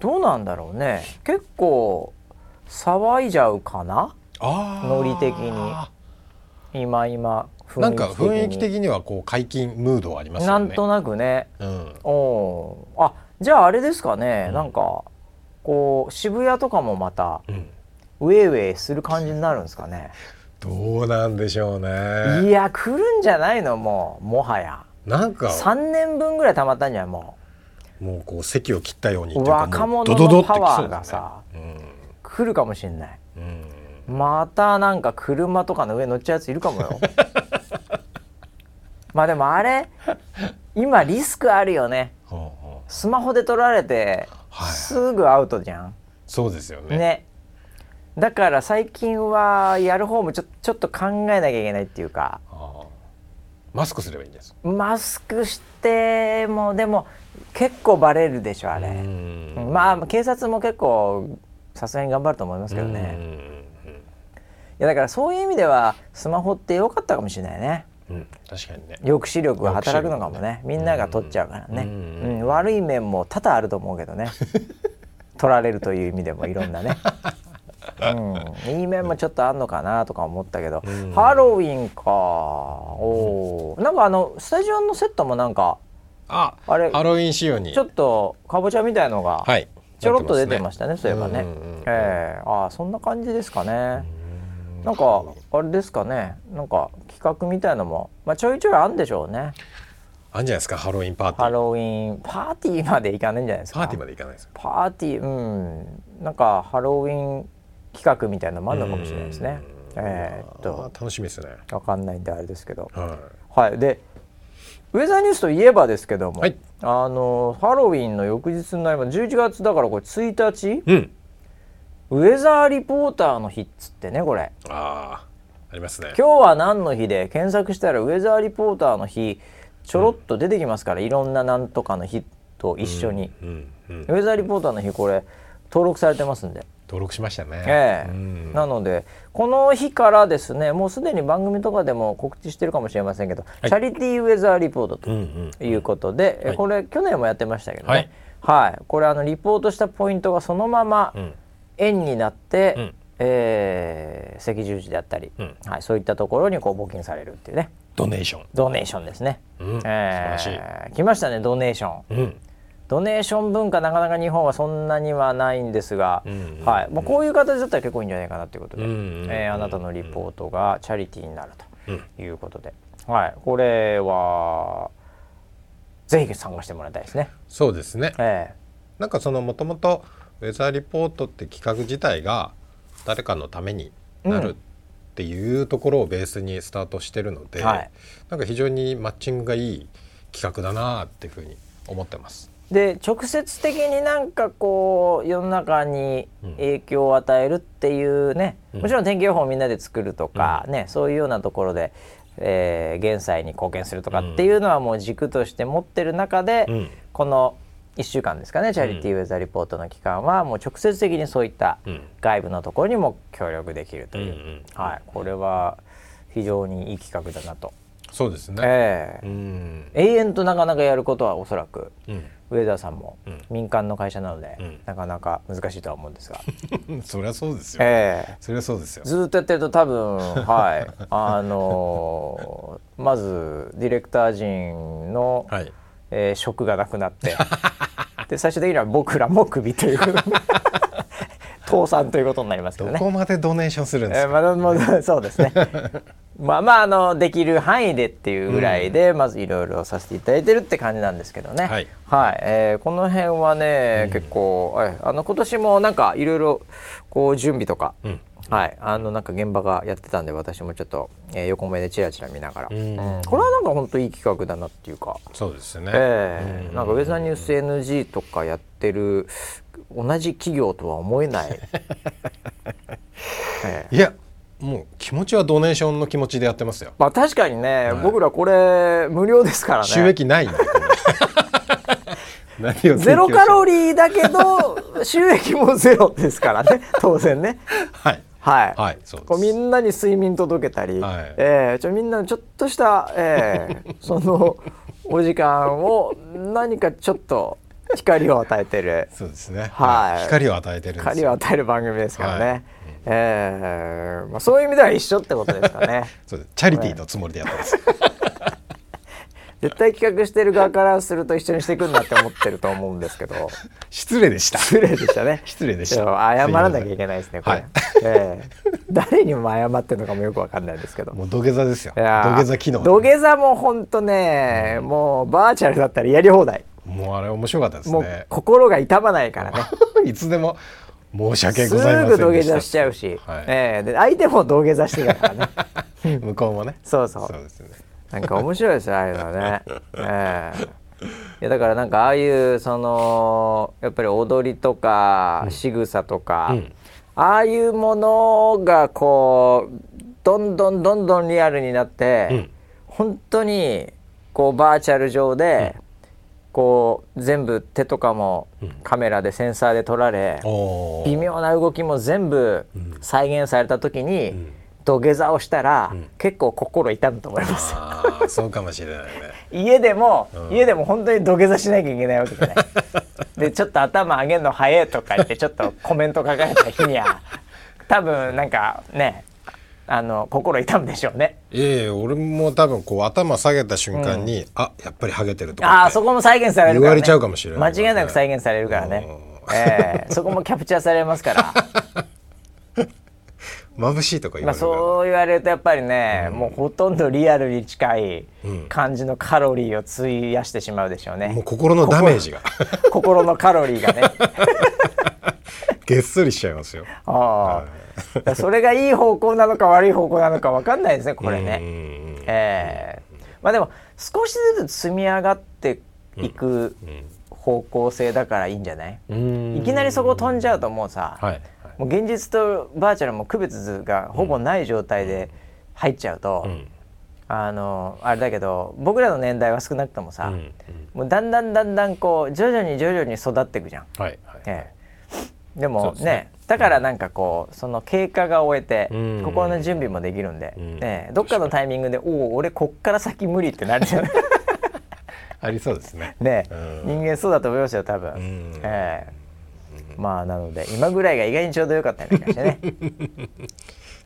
[SPEAKER 1] どうなんだろうね結構騒いじゃうかな
[SPEAKER 2] あ
[SPEAKER 1] ノリ的に今今雰囲気的に
[SPEAKER 2] なんか雰囲気的にはこう解禁ムードはありますよ
[SPEAKER 1] な
[SPEAKER 2] ね
[SPEAKER 1] んとなくね
[SPEAKER 2] うん
[SPEAKER 1] おーあじゃああれですかね、なんかこう渋谷とかもまた
[SPEAKER 2] うん
[SPEAKER 1] ウェイウェイする感じになるんですかね、
[SPEAKER 2] どうなんでしょうね
[SPEAKER 1] いや来るんじゃないのもうもはや
[SPEAKER 2] なんか
[SPEAKER 1] 3年分ぐらい溜まったんじゃないも
[SPEAKER 2] もうこう席を切ったようにっていうか
[SPEAKER 1] 若
[SPEAKER 2] もう
[SPEAKER 1] 者
[SPEAKER 2] ドドド
[SPEAKER 1] の
[SPEAKER 2] ってき
[SPEAKER 1] パ
[SPEAKER 2] そう
[SPEAKER 1] ワー
[SPEAKER 2] だ
[SPEAKER 1] が
[SPEAKER 2] ね
[SPEAKER 1] さ、
[SPEAKER 2] うん
[SPEAKER 1] 来るかもしれない
[SPEAKER 2] うん
[SPEAKER 1] またなんか車とかの上乗っちゃうやついるかもよままあでもあれ今リスクあるよね
[SPEAKER 2] ほうほう
[SPEAKER 1] スマホで撮られて
[SPEAKER 2] はい
[SPEAKER 1] すぐアウトじゃん、
[SPEAKER 2] そうですよね
[SPEAKER 1] ねだから最近はやる方もちょちょっと考えなきゃいけないっていうか
[SPEAKER 2] ああマスクすればいいんです
[SPEAKER 1] マスクしてもでも結構バレるでしょあ
[SPEAKER 2] う
[SPEAKER 1] れ、
[SPEAKER 2] ん
[SPEAKER 1] まあ警察も結構さすがに頑張ると思いますけど
[SPEAKER 2] う
[SPEAKER 1] ね
[SPEAKER 2] ん
[SPEAKER 1] いやだからそういう意味ではスマホって良かったかもしれないね
[SPEAKER 2] うん確かにね
[SPEAKER 1] 抑止力が働くのかもねみんなが取っちゃうからね、
[SPEAKER 2] うん
[SPEAKER 1] うん悪い面も多々あると思うけど ね取られるという意味でもいろんなね、うん、いい面もちょっとあんのかなとか思ったけど、
[SPEAKER 2] うん
[SPEAKER 1] ハロウィンかおーなんかあのスタジオのセットもなんか
[SPEAKER 2] あ
[SPEAKER 1] あれ
[SPEAKER 2] ハロウィン仕様に
[SPEAKER 1] ちょっとかぼちゃみたいのが
[SPEAKER 2] はい
[SPEAKER 1] ちょろっと出てましたね、そういえばね、
[SPEAKER 2] うんうんうん
[SPEAKER 1] ええああそんな感じですかね、なんかあれですかねなんか企画みたいのも、まあ、ちょいちょいあるんでしょうね
[SPEAKER 2] あんじゃないですかハロウィンパーティ
[SPEAKER 1] ハ
[SPEAKER 2] ー
[SPEAKER 1] ロウィンパーティーまでいかないんじゃないですか
[SPEAKER 2] パーティーまでいかないですよ
[SPEAKER 1] パーティーうんなんかハロウィン企画みたいなのもあるのかもしれないですね
[SPEAKER 2] うん
[SPEAKER 1] えーっ
[SPEAKER 2] あ
[SPEAKER 1] と
[SPEAKER 2] ー楽しみですね
[SPEAKER 1] わかんないんであれですけど
[SPEAKER 2] は
[SPEAKER 1] はいでウェザーニュースといえばですけども、
[SPEAKER 2] はい
[SPEAKER 1] あのハロウィンの翌日になります11月だからこれ1日
[SPEAKER 2] いうん
[SPEAKER 1] ウェザーリポーターの日っつってねこれ
[SPEAKER 2] あーありますね
[SPEAKER 1] 今日は何の日で検索したらウェザーリポーターの日ちょろっと出てきますから、いろんななんとかの日と一緒に、
[SPEAKER 2] うんうん
[SPEAKER 1] ウェザーリポーターの日これ登録されてますんで、
[SPEAKER 2] 登録しましたね
[SPEAKER 1] ええ
[SPEAKER 2] うん
[SPEAKER 1] なのでこの日からですねもうすでに番組とかでも告知してるかもしれませんけど、
[SPEAKER 2] い
[SPEAKER 1] チャリティーウェザーリポート
[SPEAKER 2] うんう
[SPEAKER 1] と
[SPEAKER 2] ん
[SPEAKER 1] いうことで、え
[SPEAKER 2] はい
[SPEAKER 1] これ去年もやってましたけどね、は
[SPEAKER 2] はいい
[SPEAKER 1] これあのリポートしたポイントがそのまま
[SPEAKER 2] ん
[SPEAKER 1] 円になって、
[SPEAKER 2] うん
[SPEAKER 1] えー赤十字であったり、
[SPEAKER 2] うん
[SPEAKER 1] はい、そういったところにこう募金されるっていうね
[SPEAKER 2] ドネーション
[SPEAKER 1] ドネーションですね。
[SPEAKER 2] うん素晴
[SPEAKER 1] え
[SPEAKER 2] らしい
[SPEAKER 1] ー来ましたねドネーション。
[SPEAKER 2] うん
[SPEAKER 1] ドネーション文化なかなか日本はそんなにはないんですが、
[SPEAKER 2] うんうんうん
[SPEAKER 1] はい、もうこういう形だったら結構いいんじゃないかなということで、
[SPEAKER 2] うんうんうん
[SPEAKER 1] えーあなたのリポートがチャリティーになるということで、はい、これはぜひ参加してもらいたいですね。
[SPEAKER 2] そうですね
[SPEAKER 1] え
[SPEAKER 2] なんかそのもともとウェザーリポートって企画自体が誰かのためにな
[SPEAKER 1] うん
[SPEAKER 2] るっていうところをベースにスタートしてるので、
[SPEAKER 1] はい
[SPEAKER 2] なんか非常にマッチングがいい企画だなっていうふうに思ってます。
[SPEAKER 1] ーで直接的になんかこう世の中に影響を与えるっていうね、
[SPEAKER 2] うん
[SPEAKER 1] もちろん天気予報をみんなで作るとか、ね、そういうようなところで、えー現在に貢献するとかっていうのはもう軸として持ってる中で、
[SPEAKER 2] うん
[SPEAKER 1] この1週間ですかねチャリティーウェザーリポートの期間はもう直接的にそういった
[SPEAKER 2] うん
[SPEAKER 1] 外部のところにも協力できるという、
[SPEAKER 2] うんうん
[SPEAKER 1] はい、これは非常にいい企画だなと、
[SPEAKER 2] そうですね。
[SPEAKER 1] え
[SPEAKER 2] う
[SPEAKER 1] え
[SPEAKER 2] ん
[SPEAKER 1] 永遠となかなかやることはおそらく
[SPEAKER 2] う
[SPEAKER 1] ウェザーさんも
[SPEAKER 2] うん
[SPEAKER 1] 民間の会社なので、
[SPEAKER 2] うん
[SPEAKER 1] なかなか難しいとは思うんですが、
[SPEAKER 2] ん、 そりゃそうですよ。
[SPEAKER 1] ええ
[SPEAKER 2] そりゃそうですよ。
[SPEAKER 1] ずーっとやってると多分はいあのーまずディレクター陣の、
[SPEAKER 2] はい。
[SPEAKER 1] えー職がなくなって で最終的には僕らもクビという 倒産ということになりますけ
[SPEAKER 2] ど
[SPEAKER 1] どね。
[SPEAKER 2] こまでドネーションするんです
[SPEAKER 1] えー
[SPEAKER 2] か。
[SPEAKER 1] まだまだそうです ね。まあまああのできる範囲でっていうぐらいで、まずいろいろさせていただいてるって感じなんですけどね。
[SPEAKER 2] はい
[SPEAKER 1] えーこの辺はね、結構はいあの今年もなんかいろいろこう準備とか、
[SPEAKER 2] うん
[SPEAKER 1] はいあのなんか現場がやってたんで私もちょっと、えー横目でチラチラ見ながら、
[SPEAKER 2] ん
[SPEAKER 1] うんこれはなんか本当いい企画だなっていうか。
[SPEAKER 2] そうですね。
[SPEAKER 1] ええなんかウェザーニュース NG とかやってる同じ企業とは思え ない、ええ
[SPEAKER 2] いや、もう気持ちはドネーションの気持ちでやってますよ。
[SPEAKER 1] まあ確かにね、僕らこれ無料ですからね
[SPEAKER 2] 収 益ないんで。これ何を提供して
[SPEAKER 1] ゼロカロリーだけ ど収益もゼロですからね当然ね
[SPEAKER 2] はい。
[SPEAKER 1] はい、
[SPEAKER 2] はい、そうです。
[SPEAKER 1] こうみんなに睡眠届けたり、
[SPEAKER 2] はい
[SPEAKER 1] ええちょみんなのちょっとした、え えそのお時間を何かちょっと光を与えてる
[SPEAKER 2] そうですね。
[SPEAKER 1] はい
[SPEAKER 2] 光を与えてるんですよ。
[SPEAKER 1] 光を与える番組ですからね、
[SPEAKER 2] はい
[SPEAKER 1] えーまあ、そういう意味では一緒ってことですか ね
[SPEAKER 2] そうです。チャリティーのつもりでやってます。
[SPEAKER 1] 絶対企画してる側からすると一緒にしてくんなって思ってると思うんですけど
[SPEAKER 2] 失礼 でした。
[SPEAKER 1] 失礼でしたね
[SPEAKER 2] 失礼でした
[SPEAKER 1] ちょっと謝らなきゃいけないですねこれ、
[SPEAKER 2] はい
[SPEAKER 1] えー誰にも謝ってるのかもよくわかんないですけど
[SPEAKER 2] もう土下座ですよ。
[SPEAKER 1] い
[SPEAKER 2] 土
[SPEAKER 1] やー
[SPEAKER 2] 下座機能。
[SPEAKER 1] 土下座もほんとね、もうバーチャルだったらやり放題
[SPEAKER 2] もうあれ面白かったです
[SPEAKER 1] も
[SPEAKER 2] ね
[SPEAKER 1] う。心が痛まないからね
[SPEAKER 2] いつでも申し訳
[SPEAKER 1] す
[SPEAKER 2] ございませんで
[SPEAKER 1] ぐ土
[SPEAKER 2] した。
[SPEAKER 1] 下座しちゃうし、
[SPEAKER 2] はい
[SPEAKER 1] えーで相手も土下座してたからね
[SPEAKER 2] 向こうもね。
[SPEAKER 1] そうそう
[SPEAKER 2] そうですね。
[SPEAKER 1] なんか面白いですねああいうの ね。ええいやだからなんかああいうそのやっぱり踊りとか仕草とか、ああいうものがこうどんどんどんどんリアルになって、
[SPEAKER 2] うん
[SPEAKER 1] 本当にこうバーチャル上で、こう全部手とかもカメラでセンサーで撮られ、
[SPEAKER 2] お
[SPEAKER 1] 微妙な動きも全部再現された時に、土下座をしたら、結構心痛むと思います。
[SPEAKER 2] あーそうかもしれないね
[SPEAKER 1] 家でも、家でも本当に土下座しなきゃいけないわけじゃ ないでちょっと頭上げるの早いとか言ってちょっとコメント書かれた日に は多分なんかねあの心痛むでしょうね
[SPEAKER 2] いやいや俺も多分こう頭下げた瞬間に、あやっぱりハゲてると
[SPEAKER 1] あ
[SPEAKER 2] か
[SPEAKER 1] あそこも再現されるから、ね、
[SPEAKER 2] 言われちゃうかもしれない
[SPEAKER 1] 間違いなく再現されるからね、ええそこもキャプチャーされます から
[SPEAKER 2] 眩しいとか言
[SPEAKER 1] まあ
[SPEAKER 2] われるから、
[SPEAKER 1] そう言われるとやっぱりね、もうほとんどリアルに近い感じのカロリーを費やしてしまうでしょうね、
[SPEAKER 2] もう心のダメージが
[SPEAKER 1] 心のカロリーがね
[SPEAKER 2] げっそりしちゃいますよ
[SPEAKER 1] ああ、だから それがいい方向なのか悪い方向なのか分かんないですねこれ
[SPEAKER 2] うんう
[SPEAKER 1] ね。
[SPEAKER 2] んうん
[SPEAKER 1] ええまあでも少しずつ積み上がっていく方向性だからいいんじゃない、いきなりそこ飛んじゃうともうさ、
[SPEAKER 2] はいはい
[SPEAKER 1] もう現実とバーチャルも区別がほぼない状態で入っちゃうと、あのあれだけど僕らの年代は少なくともさ、もうだんだんだんだんこう徐々に徐々に育っていくじゃん。
[SPEAKER 2] はいはい
[SPEAKER 1] ええ、で
[SPEAKER 2] そ
[SPEAKER 1] も
[SPEAKER 2] うで
[SPEAKER 1] ね
[SPEAKER 2] すね
[SPEAKER 1] だからなんかこうその経過が終えて
[SPEAKER 2] うん
[SPEAKER 1] 心の準備もできるんで、
[SPEAKER 2] ん
[SPEAKER 1] ええどっかのタイミングで「おお俺こっから先無理」ってなるじゃ ない
[SPEAKER 2] ありそうですね
[SPEAKER 1] ね
[SPEAKER 2] うん
[SPEAKER 1] 人間そうだと思いますよ多分、
[SPEAKER 2] ん
[SPEAKER 1] ええまあなので今ぐらいが意外にちょうどよかったりなんかしてね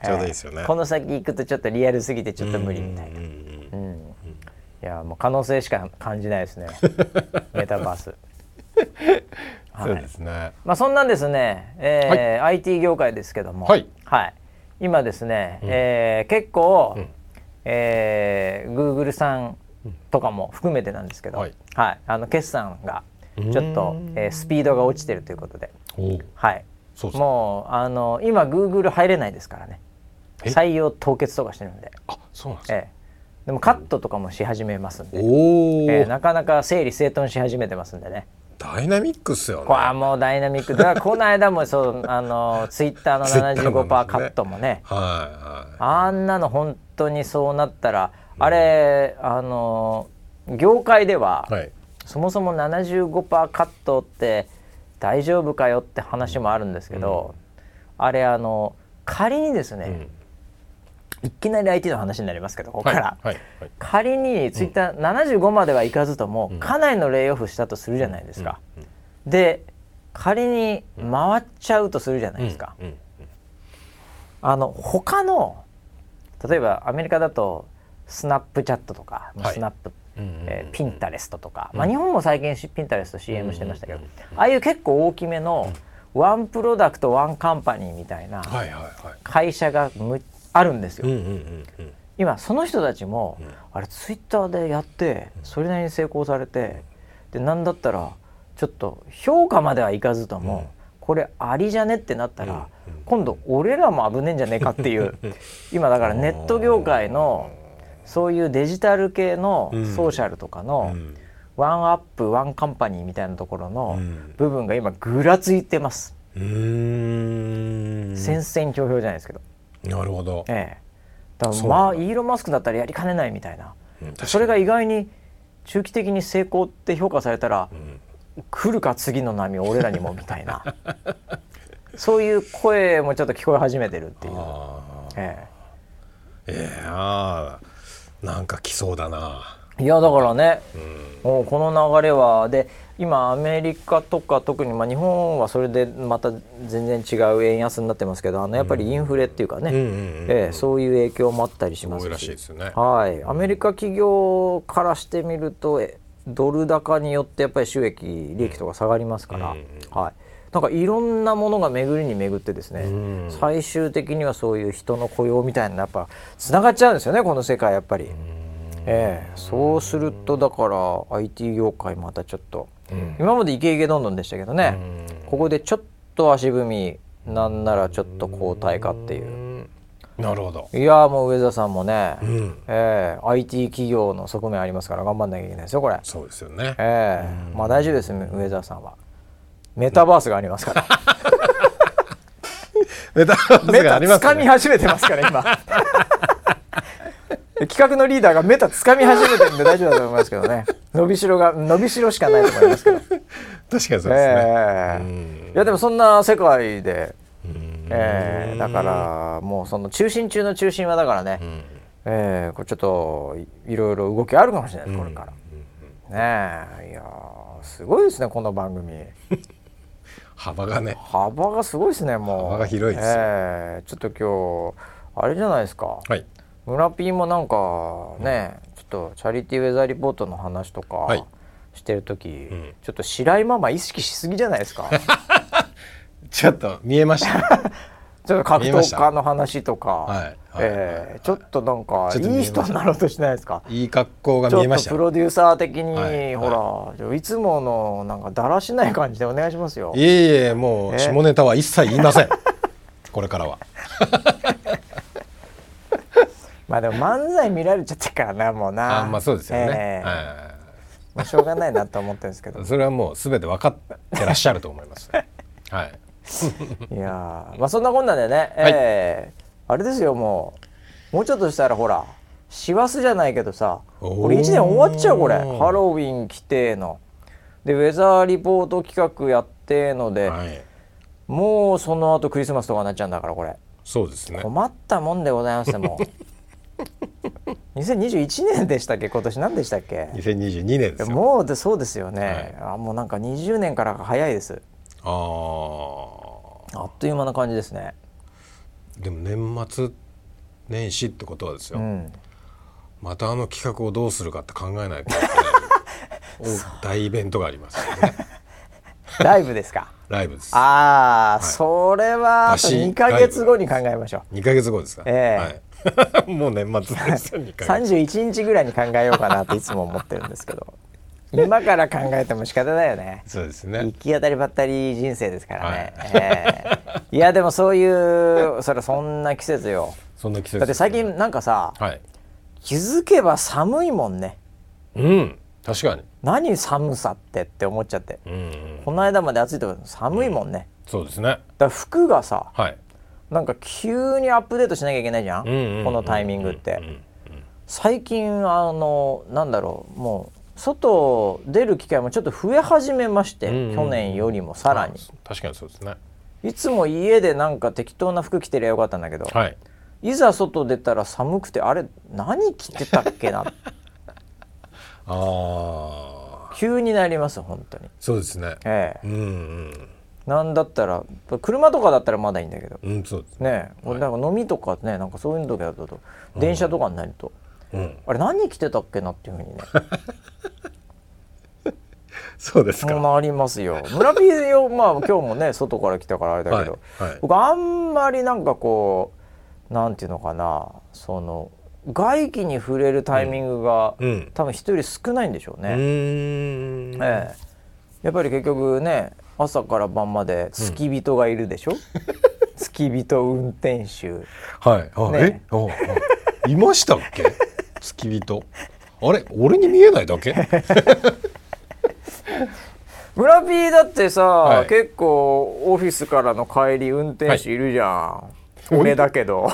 [SPEAKER 2] ちょうどいいですよね
[SPEAKER 1] ええこの先行くとちょっとリアルすぎてちょっと無理みたいな、うんいやもう可能性しか感じないです ねメタバース。
[SPEAKER 2] そうですね
[SPEAKER 1] まあそんなんですね、えー IT 業界ですけども、
[SPEAKER 2] はい
[SPEAKER 1] 今ですね、えー結構、えー Google さんとかも含めてなんですけど、は
[SPEAKER 2] はいい
[SPEAKER 1] あの決算がちょっと、えースピードが落ちてるということで、
[SPEAKER 2] おう
[SPEAKER 1] はい、
[SPEAKER 2] そうそう
[SPEAKER 1] もうあの今 Google 入れないですからね
[SPEAKER 2] え
[SPEAKER 1] 採用凍結とかしてるんで、
[SPEAKER 2] あそうなんですか、
[SPEAKER 1] えーでもカットとかもし始めますんで、
[SPEAKER 2] おお、
[SPEAKER 1] えーなかなか整理整頓し始めてますんでね。
[SPEAKER 2] ダイナミックっすよね
[SPEAKER 1] これもうダイナミックだからこの間もそうあ のツイッターの
[SPEAKER 2] Twitter の
[SPEAKER 1] 75%
[SPEAKER 2] 話ね
[SPEAKER 1] カットもね
[SPEAKER 2] はいは
[SPEAKER 1] あんなの本当にそうなったらあれあの業界では、
[SPEAKER 2] いはい
[SPEAKER 1] そもそも75%カットって大丈夫かよって話もあるんですけど、あれあの仮にですね、いきなり IT の話になりますけどここから、
[SPEAKER 2] はいはい
[SPEAKER 1] 仮にツイッター75まではいかずとも、かなりのレイオフしたとするじゃないですか、で仮に回っちゃうとするじゃないですか、
[SPEAKER 2] うんうん
[SPEAKER 1] あの他の例えばアメリカだとスナップチャットとか、
[SPEAKER 2] はい
[SPEAKER 1] スナップ、
[SPEAKER 2] うんうんうん
[SPEAKER 1] えーピンタレストとか、まあ、日本も最近しピンタレスト CM してましたけど、ああいう結構大きめのワンプロダクトワンカンパニーみたいな
[SPEAKER 2] はいはいはい
[SPEAKER 1] 会社がむあるんですよ。
[SPEAKER 2] うんうんうんうん
[SPEAKER 1] 今その人たちも、あれツイッターでやってそれなりに成功されて、でなんだったらちょっと評価まではいかずとも、これありじゃねってなったら、今度俺らも危ねえんじゃねえかっていう 今だからネット業界のそういうデジタル系の
[SPEAKER 2] ん
[SPEAKER 1] ソーシャルとかの、
[SPEAKER 2] ん
[SPEAKER 1] ワンアップワンカンパニーみたいなところの
[SPEAKER 2] うん
[SPEAKER 1] 部分が今ぐらついてます、
[SPEAKER 2] うーん
[SPEAKER 1] 戦々恐々じゃないですけど、
[SPEAKER 2] なるほど、
[SPEAKER 1] ええ、だから
[SPEAKER 2] そう
[SPEAKER 1] ま
[SPEAKER 2] な
[SPEAKER 1] あ
[SPEAKER 2] ん
[SPEAKER 1] イ
[SPEAKER 2] だ
[SPEAKER 1] ーロン・マスクだったらやりかねないみたいな。
[SPEAKER 2] うん確かに
[SPEAKER 1] それが意外に中期的に成功って評価されたら、来るか次の波俺らにもみたいなそういう声もちょっと聞こえ始めてるっていう、
[SPEAKER 2] あー
[SPEAKER 1] え
[SPEAKER 2] ええあーなんか来そうだな
[SPEAKER 1] えいやだからね、もうこの流れはで今アメリカとか特に、まあ、日本はそれでまた全然違う円安になってますけどあのやっぱりインフレっていうかね、
[SPEAKER 2] うんうんうん
[SPEAKER 1] ええそういう影響もあったりします
[SPEAKER 2] 多いらしい
[SPEAKER 1] し
[SPEAKER 2] ですよね
[SPEAKER 1] はい、アメリカ企業からしてみるとえドル高によってやっぱり収益利益とか下がりますから、はい、なんかいろんなものが巡りに巡ってですね、最終的にはそういう人の雇用みたいなやっぱつながっちゃうんですよねこの世界やっぱり。ええ、そうするとだから IT 業界またちょっと、今までイケイケどんどんでしたけどね、ここでちょっと足踏みなんならちょっと後退かっていう。
[SPEAKER 2] うんなるほど。
[SPEAKER 1] いやーもう上田さんもね、
[SPEAKER 2] うん。
[SPEAKER 1] えー IT 企業の側面ありますから頑張んなきゃいけないですよこれ、
[SPEAKER 2] そうですよね。
[SPEAKER 1] えーまあ大丈夫です上田さんはメタバースがありますから
[SPEAKER 2] メタバース
[SPEAKER 1] メ
[SPEAKER 2] が
[SPEAKER 1] タ
[SPEAKER 2] あります
[SPEAKER 1] 掴み
[SPEAKER 2] ね。
[SPEAKER 1] 始めてますから今 企画のリーダーがメタ掴み始めてるんで大丈夫だと思いますけどね伸びしろが伸びしろしかないと思いますけど
[SPEAKER 2] 確かにそうですね。
[SPEAKER 1] ええ
[SPEAKER 2] うん
[SPEAKER 1] いやでもそんな世界で、
[SPEAKER 2] うん
[SPEAKER 1] ええだからもうその中心中の中心はだからね、
[SPEAKER 2] ん
[SPEAKER 1] ええこれちょっといいろいろ動きあるかもしれないですこれから、ねえいやーすごいですねこの番組
[SPEAKER 2] 幅がね。
[SPEAKER 1] 幅がすごいですねもう
[SPEAKER 2] 幅が広いですよ
[SPEAKER 1] ええちょっと今日あれじゃないですか、
[SPEAKER 2] はい。
[SPEAKER 1] 村ピーもなんかね、ちょっとチャリティーウェザーリポートの話とか
[SPEAKER 2] はい
[SPEAKER 1] してる時、
[SPEAKER 2] ん
[SPEAKER 1] ちょっと白井ママ意識しすぎじゃない ですか
[SPEAKER 2] ちょっと見えました。
[SPEAKER 1] ちょっと格
[SPEAKER 2] 見えまし
[SPEAKER 1] 闘家
[SPEAKER 2] た
[SPEAKER 1] の話とか、
[SPEAKER 2] はいはい
[SPEAKER 1] えーちょっとなんか
[SPEAKER 2] ちょっと見え
[SPEAKER 1] いい
[SPEAKER 2] ました
[SPEAKER 1] 人になろうとしてないですか。
[SPEAKER 2] いい格好が
[SPEAKER 1] ちょ
[SPEAKER 2] 見え
[SPEAKER 1] っ
[SPEAKER 2] ま
[SPEAKER 1] と
[SPEAKER 2] した
[SPEAKER 1] プ。ロデューサー的に、
[SPEAKER 2] はい
[SPEAKER 1] ほら、い、つものなんかだらしない感じでお願いしますよ
[SPEAKER 2] い。えいえ、も
[SPEAKER 1] え
[SPEAKER 2] う下ネタは一切言い ません。これからは。
[SPEAKER 1] まあでも漫才見られちゃったからなもうな。
[SPEAKER 2] あ、まあそうですよね
[SPEAKER 1] え。ー
[SPEAKER 2] は
[SPEAKER 1] まあしょうがないなと思ってるんですけど
[SPEAKER 2] い。それはもうすべて分かってらっしゃると思い ます。はい。
[SPEAKER 1] いやーまあそんなこんなんでね、えーあれですよもうもうちょっとしたらほら師走じゃないけどさこれ1年終わっちゃうこれ
[SPEAKER 2] おー
[SPEAKER 1] ハロウィン規定のでウェザーリポート企画やってので、
[SPEAKER 2] はい。
[SPEAKER 1] もうその後クリスマスとかになっちゃうんだからこれ
[SPEAKER 2] そうですね。
[SPEAKER 1] 困ったもんでございますね もう2021年でしたっけ今年何でしたっけ
[SPEAKER 2] 2022年ですよ。
[SPEAKER 1] もうでそうですよね、あもうなんか20年からが早いです
[SPEAKER 2] ああ。
[SPEAKER 1] あっという間な感じですね
[SPEAKER 2] でも年末年始ってことはですよ、
[SPEAKER 1] うん
[SPEAKER 2] またあの企画をどうするかって考えないと、 お大イベントがありますよね
[SPEAKER 1] ライブですか
[SPEAKER 2] ライブです
[SPEAKER 1] ああ、それはあと
[SPEAKER 2] だし
[SPEAKER 1] 2ヶ月後に考えましょう。
[SPEAKER 2] 2か月後ですか、
[SPEAKER 1] え
[SPEAKER 2] はい、 もう年末ですよ2か月
[SPEAKER 1] 31日ぐらいに考えようかなっていつも思ってるんですけ ど今から考えても仕方ないよね
[SPEAKER 2] そうです
[SPEAKER 1] 行
[SPEAKER 2] ね
[SPEAKER 1] き当たりばったり人生ですからね、ええいやでもそういうそれそんな季節よ
[SPEAKER 2] そんな季節
[SPEAKER 1] だって最近なんかさ
[SPEAKER 2] はい
[SPEAKER 1] 気づけば寒いもんね
[SPEAKER 2] うん確かに
[SPEAKER 1] 何寒さってって思っちゃって
[SPEAKER 2] うんうん
[SPEAKER 1] この間まで暑いとこ寒いもんね、
[SPEAKER 2] そうですね
[SPEAKER 1] だから服がさ
[SPEAKER 2] はい
[SPEAKER 1] なんか急にアップデートしなきゃいけないじゃん,、
[SPEAKER 2] うんうんうんうん
[SPEAKER 1] このタイミングって、
[SPEAKER 2] うん
[SPEAKER 1] 最近あのなんだろうもう外出る機会もちょっと増え始めまして、
[SPEAKER 2] うんうん
[SPEAKER 1] 去年よりもさらに
[SPEAKER 2] 確かにそうですね
[SPEAKER 1] いつも家でなんか適当な服着てりゃよかったんだけど、
[SPEAKER 2] はい
[SPEAKER 1] い、ざ外出たら寒くてあれ何着てたっけ な
[SPEAKER 2] ああ
[SPEAKER 1] 急になります本当に
[SPEAKER 2] そうですね
[SPEAKER 1] え
[SPEAKER 2] う
[SPEAKER 1] え
[SPEAKER 2] んうん
[SPEAKER 1] なんだったら車とかだったらまだいいんだけど
[SPEAKER 2] うんそうですね
[SPEAKER 1] ねえ俺なんか飲みとかねなんかそういう時だと電車とかになると、
[SPEAKER 2] うん
[SPEAKER 1] あれ何着てたっけなっていうふうに ね
[SPEAKER 2] そうですか
[SPEAKER 1] なりますよ。村ピーよ、 まあ今日もね外から来たからあれだけど、
[SPEAKER 2] はいはい
[SPEAKER 1] 僕あんまりなんかこうなんていうのかな、その外気に触れるタイミングが、
[SPEAKER 2] うん
[SPEAKER 1] 多分人より少ないんでしょう
[SPEAKER 2] う
[SPEAKER 1] ね。
[SPEAKER 2] ーん
[SPEAKER 1] ええやっぱり結局ね朝から晩まで付き人がいるで しょ。付き人運転手
[SPEAKER 2] はい。あ、
[SPEAKER 1] ね
[SPEAKER 2] え、あ、あいましたっけ？ 付き人。あれ、俺に見えないだ け？
[SPEAKER 1] 村ピーだってさ、
[SPEAKER 2] はい
[SPEAKER 1] 結構オフィスからの帰り運転手いるじゃん、俺だけど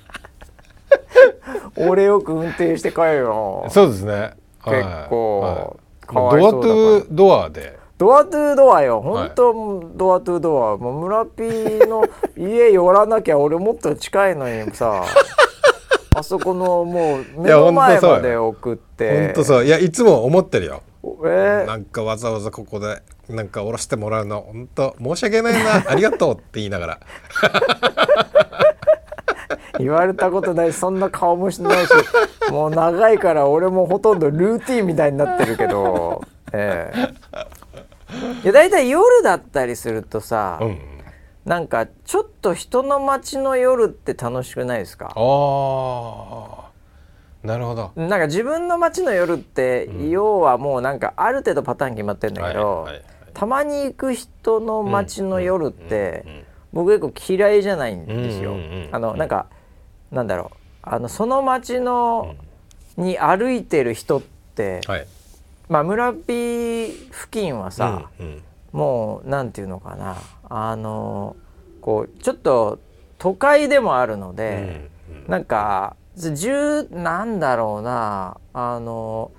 [SPEAKER 1] 俺よく運転して帰るよ
[SPEAKER 2] そうですね。はい
[SPEAKER 1] 結構
[SPEAKER 2] はい
[SPEAKER 1] かわいそうだから
[SPEAKER 2] ドアトゥドアで。
[SPEAKER 1] ドアトゥードアよ本当、ドアトゥードアもう村ピーの家寄らなきゃ俺もっと近いのに さあそこのもう目の前まで送って
[SPEAKER 2] 本当そう。いや、いつも思ってるよ。
[SPEAKER 1] え
[SPEAKER 2] なんかわざわざここで。なんか降ろしてもらうの本当申し訳ない なありがとうって言いながら
[SPEAKER 1] 言われたことないしそんな顔もしてないしもう長いから俺もほとんどルーティンみたいになってるけど、ええ、いや大体夜だったりするとさ、
[SPEAKER 2] うん
[SPEAKER 1] なんかちょっと人の街の夜って楽しくないですか
[SPEAKER 2] ああなるほど
[SPEAKER 1] なんか自分の街の夜って、要はもうなんかある程度パターン決まってんだけど、
[SPEAKER 2] はいはいはい
[SPEAKER 1] たまに行く人の街の夜って、僕結構嫌いじゃないんですよ。
[SPEAKER 2] うんうんうん
[SPEAKER 1] あのなんかなんだろうあのその町のに歩いてる人って、
[SPEAKER 2] はい。
[SPEAKER 1] まあ村ピー付近はさ、
[SPEAKER 2] うんうん
[SPEAKER 1] もうなんていうのかなあのこうちょっと都会でもあるので、なんか十なんだろうなあの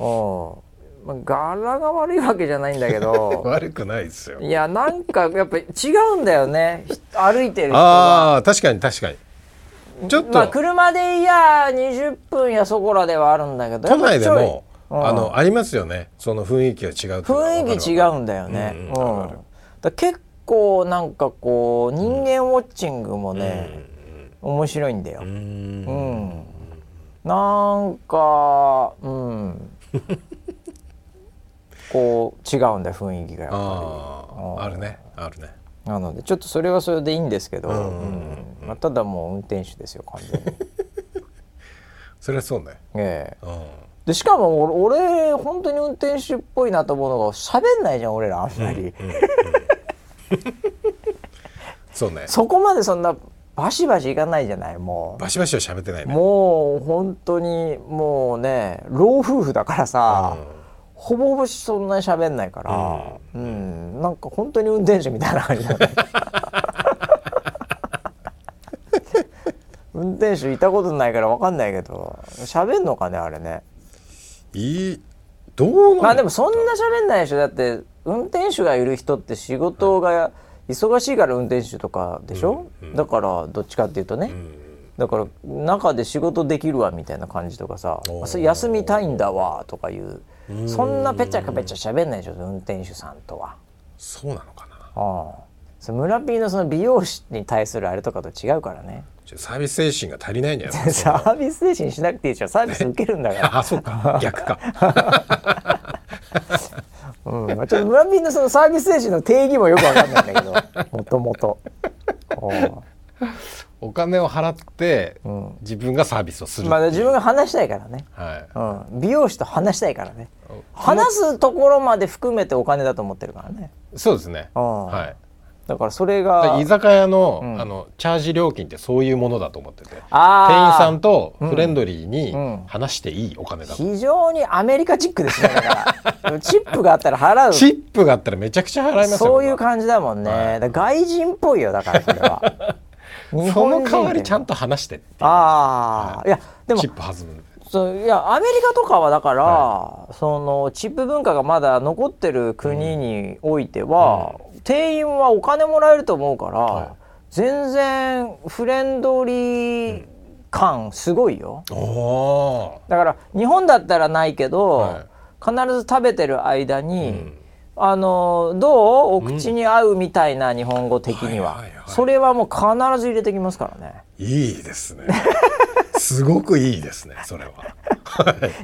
[SPEAKER 1] おうまあ柄が悪いわけじゃないんだけ ど
[SPEAKER 2] 悪くないですよ。
[SPEAKER 1] いやなんかやっぱ違うんだよねひ歩いてる人は。
[SPEAKER 2] ああ確かに確かに。ちょっと、
[SPEAKER 1] まあ、車でいや20分やそこらではあるんだけど
[SPEAKER 2] 都内で
[SPEAKER 1] やっ
[SPEAKER 2] も
[SPEAKER 1] ぱちょいうん
[SPEAKER 2] あのありますよね。その雰囲気が違うっていうのは分かる
[SPEAKER 1] 雰囲気違うんだよね。
[SPEAKER 2] う
[SPEAKER 1] うんん
[SPEAKER 2] うんわかる
[SPEAKER 1] だから結構なんかこう人間ウォッチングもね、面白いんだよ
[SPEAKER 2] う。ん
[SPEAKER 1] う。ん、なんかうん こう違うんだよ雰囲気がやっぱ
[SPEAKER 2] あああるねあるね。
[SPEAKER 1] り。なのでちょっとそれはそれでいいんですけど、
[SPEAKER 2] う
[SPEAKER 1] うん
[SPEAKER 2] うんうん
[SPEAKER 1] んまあ、ただもう運転手ですよ完全に。
[SPEAKER 2] それはそうね。
[SPEAKER 1] ええ
[SPEAKER 2] うん。
[SPEAKER 1] でしかも俺俺本当に運転手っぽいなと思うのが喋んないじゃん俺らあんまり、
[SPEAKER 2] そうね。
[SPEAKER 1] そこまでそんなバシバシいかないじゃないも
[SPEAKER 2] バシバシは喋ってないうね。
[SPEAKER 1] もう本当にもうね老夫婦だからさ、ほぼほぼそんなに喋んないからうん、なんか本当に運転手みたいな感じだね 運転手いたことないから分かんないけど喋んのかねあれね
[SPEAKER 2] いいどう
[SPEAKER 1] ま
[SPEAKER 2] な
[SPEAKER 1] あで
[SPEAKER 2] の
[SPEAKER 1] もそんな喋んないでしょだって運転手がいる人って仕事が忙しいから運転手とかでしょ、だからどっちかっていうとね、だから中で仕事できるわみたいな感じとかさ「それ休みたいんだわ」とかいうそんなぺちゃかぺちゃ喋んないでしょ運転手さんとは。
[SPEAKER 2] そうなのかな。
[SPEAKER 1] ああその村ピーのその美容師に対するあれとかと違うからね
[SPEAKER 2] ちょサービス精神が足りないん じゃないの。
[SPEAKER 1] サービス精神しなくていいでしょサービス受けるんだから。
[SPEAKER 2] あそうか 逆か。
[SPEAKER 1] うん、まあちょっと村民のそのサービス精神の定義もよくわかんないんだけ どもともと
[SPEAKER 2] お金を払って自分がサービスをする。
[SPEAKER 1] まあ自分が話したいからね、
[SPEAKER 2] はい。
[SPEAKER 1] うん、美容師と話したいからね話すところまで含めてお金だと思ってるからね
[SPEAKER 2] そうですね。
[SPEAKER 1] あー
[SPEAKER 2] はい。
[SPEAKER 1] だからそれ
[SPEAKER 2] だから
[SPEAKER 1] が
[SPEAKER 2] 居酒屋の,、あのチャージ料金ってそういうものだと思ってて
[SPEAKER 1] あー
[SPEAKER 2] 店員さんとフレンドリーに話していいお金だと、
[SPEAKER 1] 非常にアメリカチックですねだ からチップがあったら払う
[SPEAKER 2] チップがあったらめちゃくちゃ払いますよ
[SPEAKER 1] そういう
[SPEAKER 2] 僕は
[SPEAKER 1] 感じだもんね、だから外人っぽいよだからそれ は日
[SPEAKER 2] そ
[SPEAKER 1] 本人
[SPEAKER 2] の代わり
[SPEAKER 1] って
[SPEAKER 2] ちゃんと話してっていう
[SPEAKER 1] ああ、い、やでも
[SPEAKER 2] チップ弾むんで
[SPEAKER 1] そういやアメリカとかはだから、そのチップ文化がまだ残ってる国においては、店員はお金もらえると思うから、全然フレンドリー感すごいよ、
[SPEAKER 2] おお
[SPEAKER 1] だから日本だったらないけど、
[SPEAKER 2] はい
[SPEAKER 1] 必ず食べてる間に、あのどうお口に合うみたいな日本語的には,、
[SPEAKER 2] はいはいはい
[SPEAKER 1] それはもう必ず入れてきますからね
[SPEAKER 2] ーいいですねすごくいいですねそれは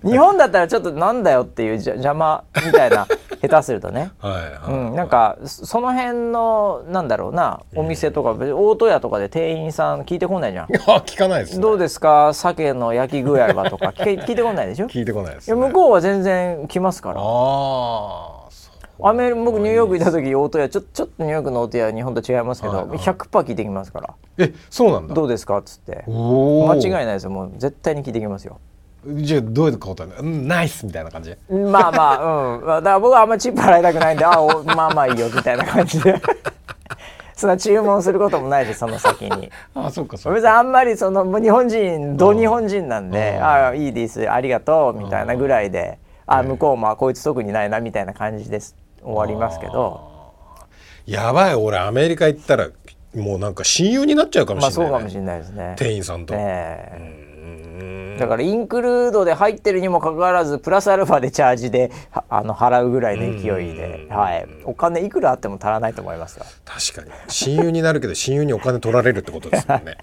[SPEAKER 1] 日本だったらちょっとなんだよっていうじゃ邪魔みたいな下手するとね
[SPEAKER 2] はいはい、
[SPEAKER 1] うん、なんかそその辺のなんだろうなお店とか、別に大戸屋とかで店員さん聞いてこないじゃん
[SPEAKER 2] あ聞かないです、ね、
[SPEAKER 1] どうですか鮭の焼き具合はと か聞け聞いてこないでしょい
[SPEAKER 2] 聞いてこないです、
[SPEAKER 1] や
[SPEAKER 2] ね、
[SPEAKER 1] 向こうは全然来ますから
[SPEAKER 2] ああそう
[SPEAKER 1] アメリカ僕ニューヨークいた時大戸屋ちょちょっとニューヨークの大戸屋は日本と違いますけど、100%聞いてきますから
[SPEAKER 2] えそうなんだ
[SPEAKER 1] どうですかっつって
[SPEAKER 2] おお
[SPEAKER 1] 間違いないですよもう絶対に聞いてきますよ
[SPEAKER 2] じゃあどういうことなのうんナイスみたいな感じ
[SPEAKER 1] まあまあ、うん。だから僕はあんまチップ払いたくないんで、あおまあまあいいよ、みたいな感じで。 そんな注文することもないし、その先に。
[SPEAKER 2] あそうかそう
[SPEAKER 1] 別にあんまりその、もう日本人、ど日本人なんで、あいいです、ありがとう、みたいなぐらいで、あ向こうも、あこいつ特にないな、みたいな感じです。終わりますけど、
[SPEAKER 2] やばい俺アメリカ行ったらもうなんか親友になっちゃうかもし
[SPEAKER 1] まあ
[SPEAKER 2] れない、
[SPEAKER 1] そ
[SPEAKER 2] ね
[SPEAKER 1] うかもしれないですね。
[SPEAKER 2] 店員さんと、
[SPEAKER 1] ええだからインクルードで入ってるにもかかわらずプラスアルファでチャージではあの払うぐらいの勢いで、はい、お金いくらあっても足らないと思いますよ
[SPEAKER 2] 確かに親友になるけど親友にお金取られるってことですもん ね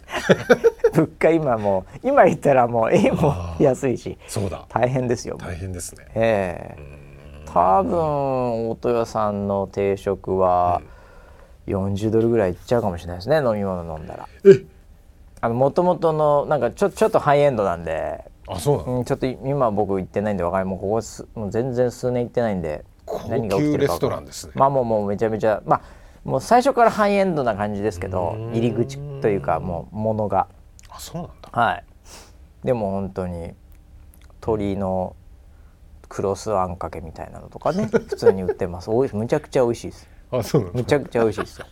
[SPEAKER 1] 物価今もう今言ったらもう円も安いし
[SPEAKER 2] そうだ
[SPEAKER 1] 大変ですよ、
[SPEAKER 2] 大変ですね
[SPEAKER 1] ええ多分大戸屋さんの定食は40ドルぐらいいっちゃうかもしれないですね飲み物飲んだらあの元々のなんかちょちょっとハイエンドなんで
[SPEAKER 2] あそうなの、
[SPEAKER 1] うん、ちょっと今僕行ってないんでわかんないもうここすもう全然数年行ってないんで
[SPEAKER 2] 高級
[SPEAKER 1] 何が起きてるか
[SPEAKER 2] レストランですね
[SPEAKER 1] まあもうもうめちゃめちゃまあもう最初からハイエンドな感じですけど
[SPEAKER 2] うん
[SPEAKER 1] 入り口というかもうものが
[SPEAKER 2] あそうなんだ
[SPEAKER 1] はいでも本当に鳥のクロスあんかけみたいなのとか ね普通に売ってますおいむちゃくちゃ美味しいです
[SPEAKER 2] あそうなんだ
[SPEAKER 1] むちゃくちゃ美味しいです よ、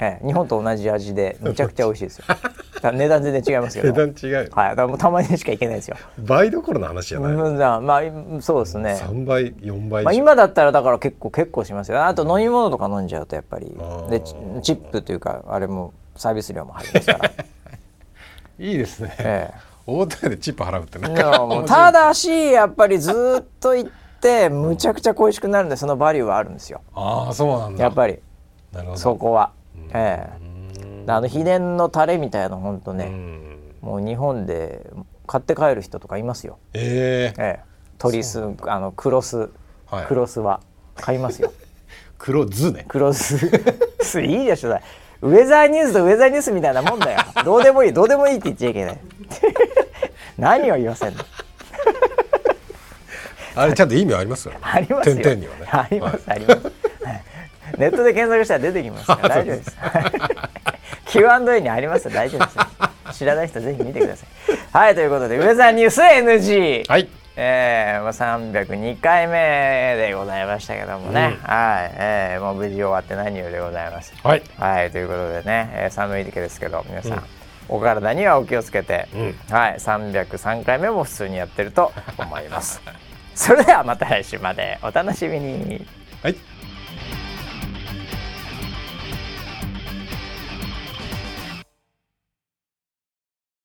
[SPEAKER 1] ええ、日本と同じ味でむちゃくちゃ美味しいですよだから値段全然違いますけ
[SPEAKER 2] 値
[SPEAKER 1] ど
[SPEAKER 2] 段違うよ
[SPEAKER 1] はい、だからもうたまにしか行けないです よ。
[SPEAKER 2] 倍どころの話じゃない、
[SPEAKER 1] うん、じゃあまあいそうですね。
[SPEAKER 2] 3倍4倍
[SPEAKER 1] まあ、
[SPEAKER 2] でしょ、
[SPEAKER 1] 今だったらだから結構結構しますよあと飲み物とか飲んじゃうとやっぱり
[SPEAKER 2] ー
[SPEAKER 1] でチチップというかあれもサービス料も入りますから、
[SPEAKER 2] いいですね、
[SPEAKER 1] え
[SPEAKER 2] 大手でチップ払うってな
[SPEAKER 1] え、
[SPEAKER 2] ん
[SPEAKER 1] でも
[SPEAKER 2] か
[SPEAKER 1] もう
[SPEAKER 2] 面白い
[SPEAKER 1] ただしやっぱりずっと行ってむちゃくちゃ恋しくなるんでそのバリューはあるんですよ
[SPEAKER 2] ああそうなんだ
[SPEAKER 1] やっぱり
[SPEAKER 2] なるほど
[SPEAKER 1] そこは、え
[SPEAKER 2] う
[SPEAKER 1] え、
[SPEAKER 2] ーん
[SPEAKER 1] あの秘伝のタレみたいなのほんと
[SPEAKER 2] う
[SPEAKER 1] ね、
[SPEAKER 2] ん
[SPEAKER 1] もう日本で買って帰る人とかいますよ、
[SPEAKER 2] ええ
[SPEAKER 1] ええ、鳥スあのクロス、
[SPEAKER 2] はい
[SPEAKER 1] クロスは買いますよ
[SPEAKER 2] 黒 図ね
[SPEAKER 1] クロスいいでしょだウェザーニュースとウェザーニュースみたいなもんだよどうでもいいどうでもいいって言っちゃいけない 何を言わせんの
[SPEAKER 2] あれちゃんと意味ありますよね
[SPEAKER 1] ありますよ
[SPEAKER 2] 点々にはね
[SPEAKER 1] ありますあります、はいネットで検索したら出てきます から大丈夫です Q&A にありますよ大丈夫です知らない人ぜひ見てくださいはいということでウェザーニュース NG
[SPEAKER 2] はい
[SPEAKER 1] えー、まあ302回目でございましたけどもね、はい、えー、もう無事終わって何よりでございます
[SPEAKER 2] はい
[SPEAKER 1] はい、ということでね、えー、寒い時ですけど皆さん、お体にはお気をつけて、はい、303回目も普通にやってると思います。それではまた来週までお楽しみに。
[SPEAKER 2] はい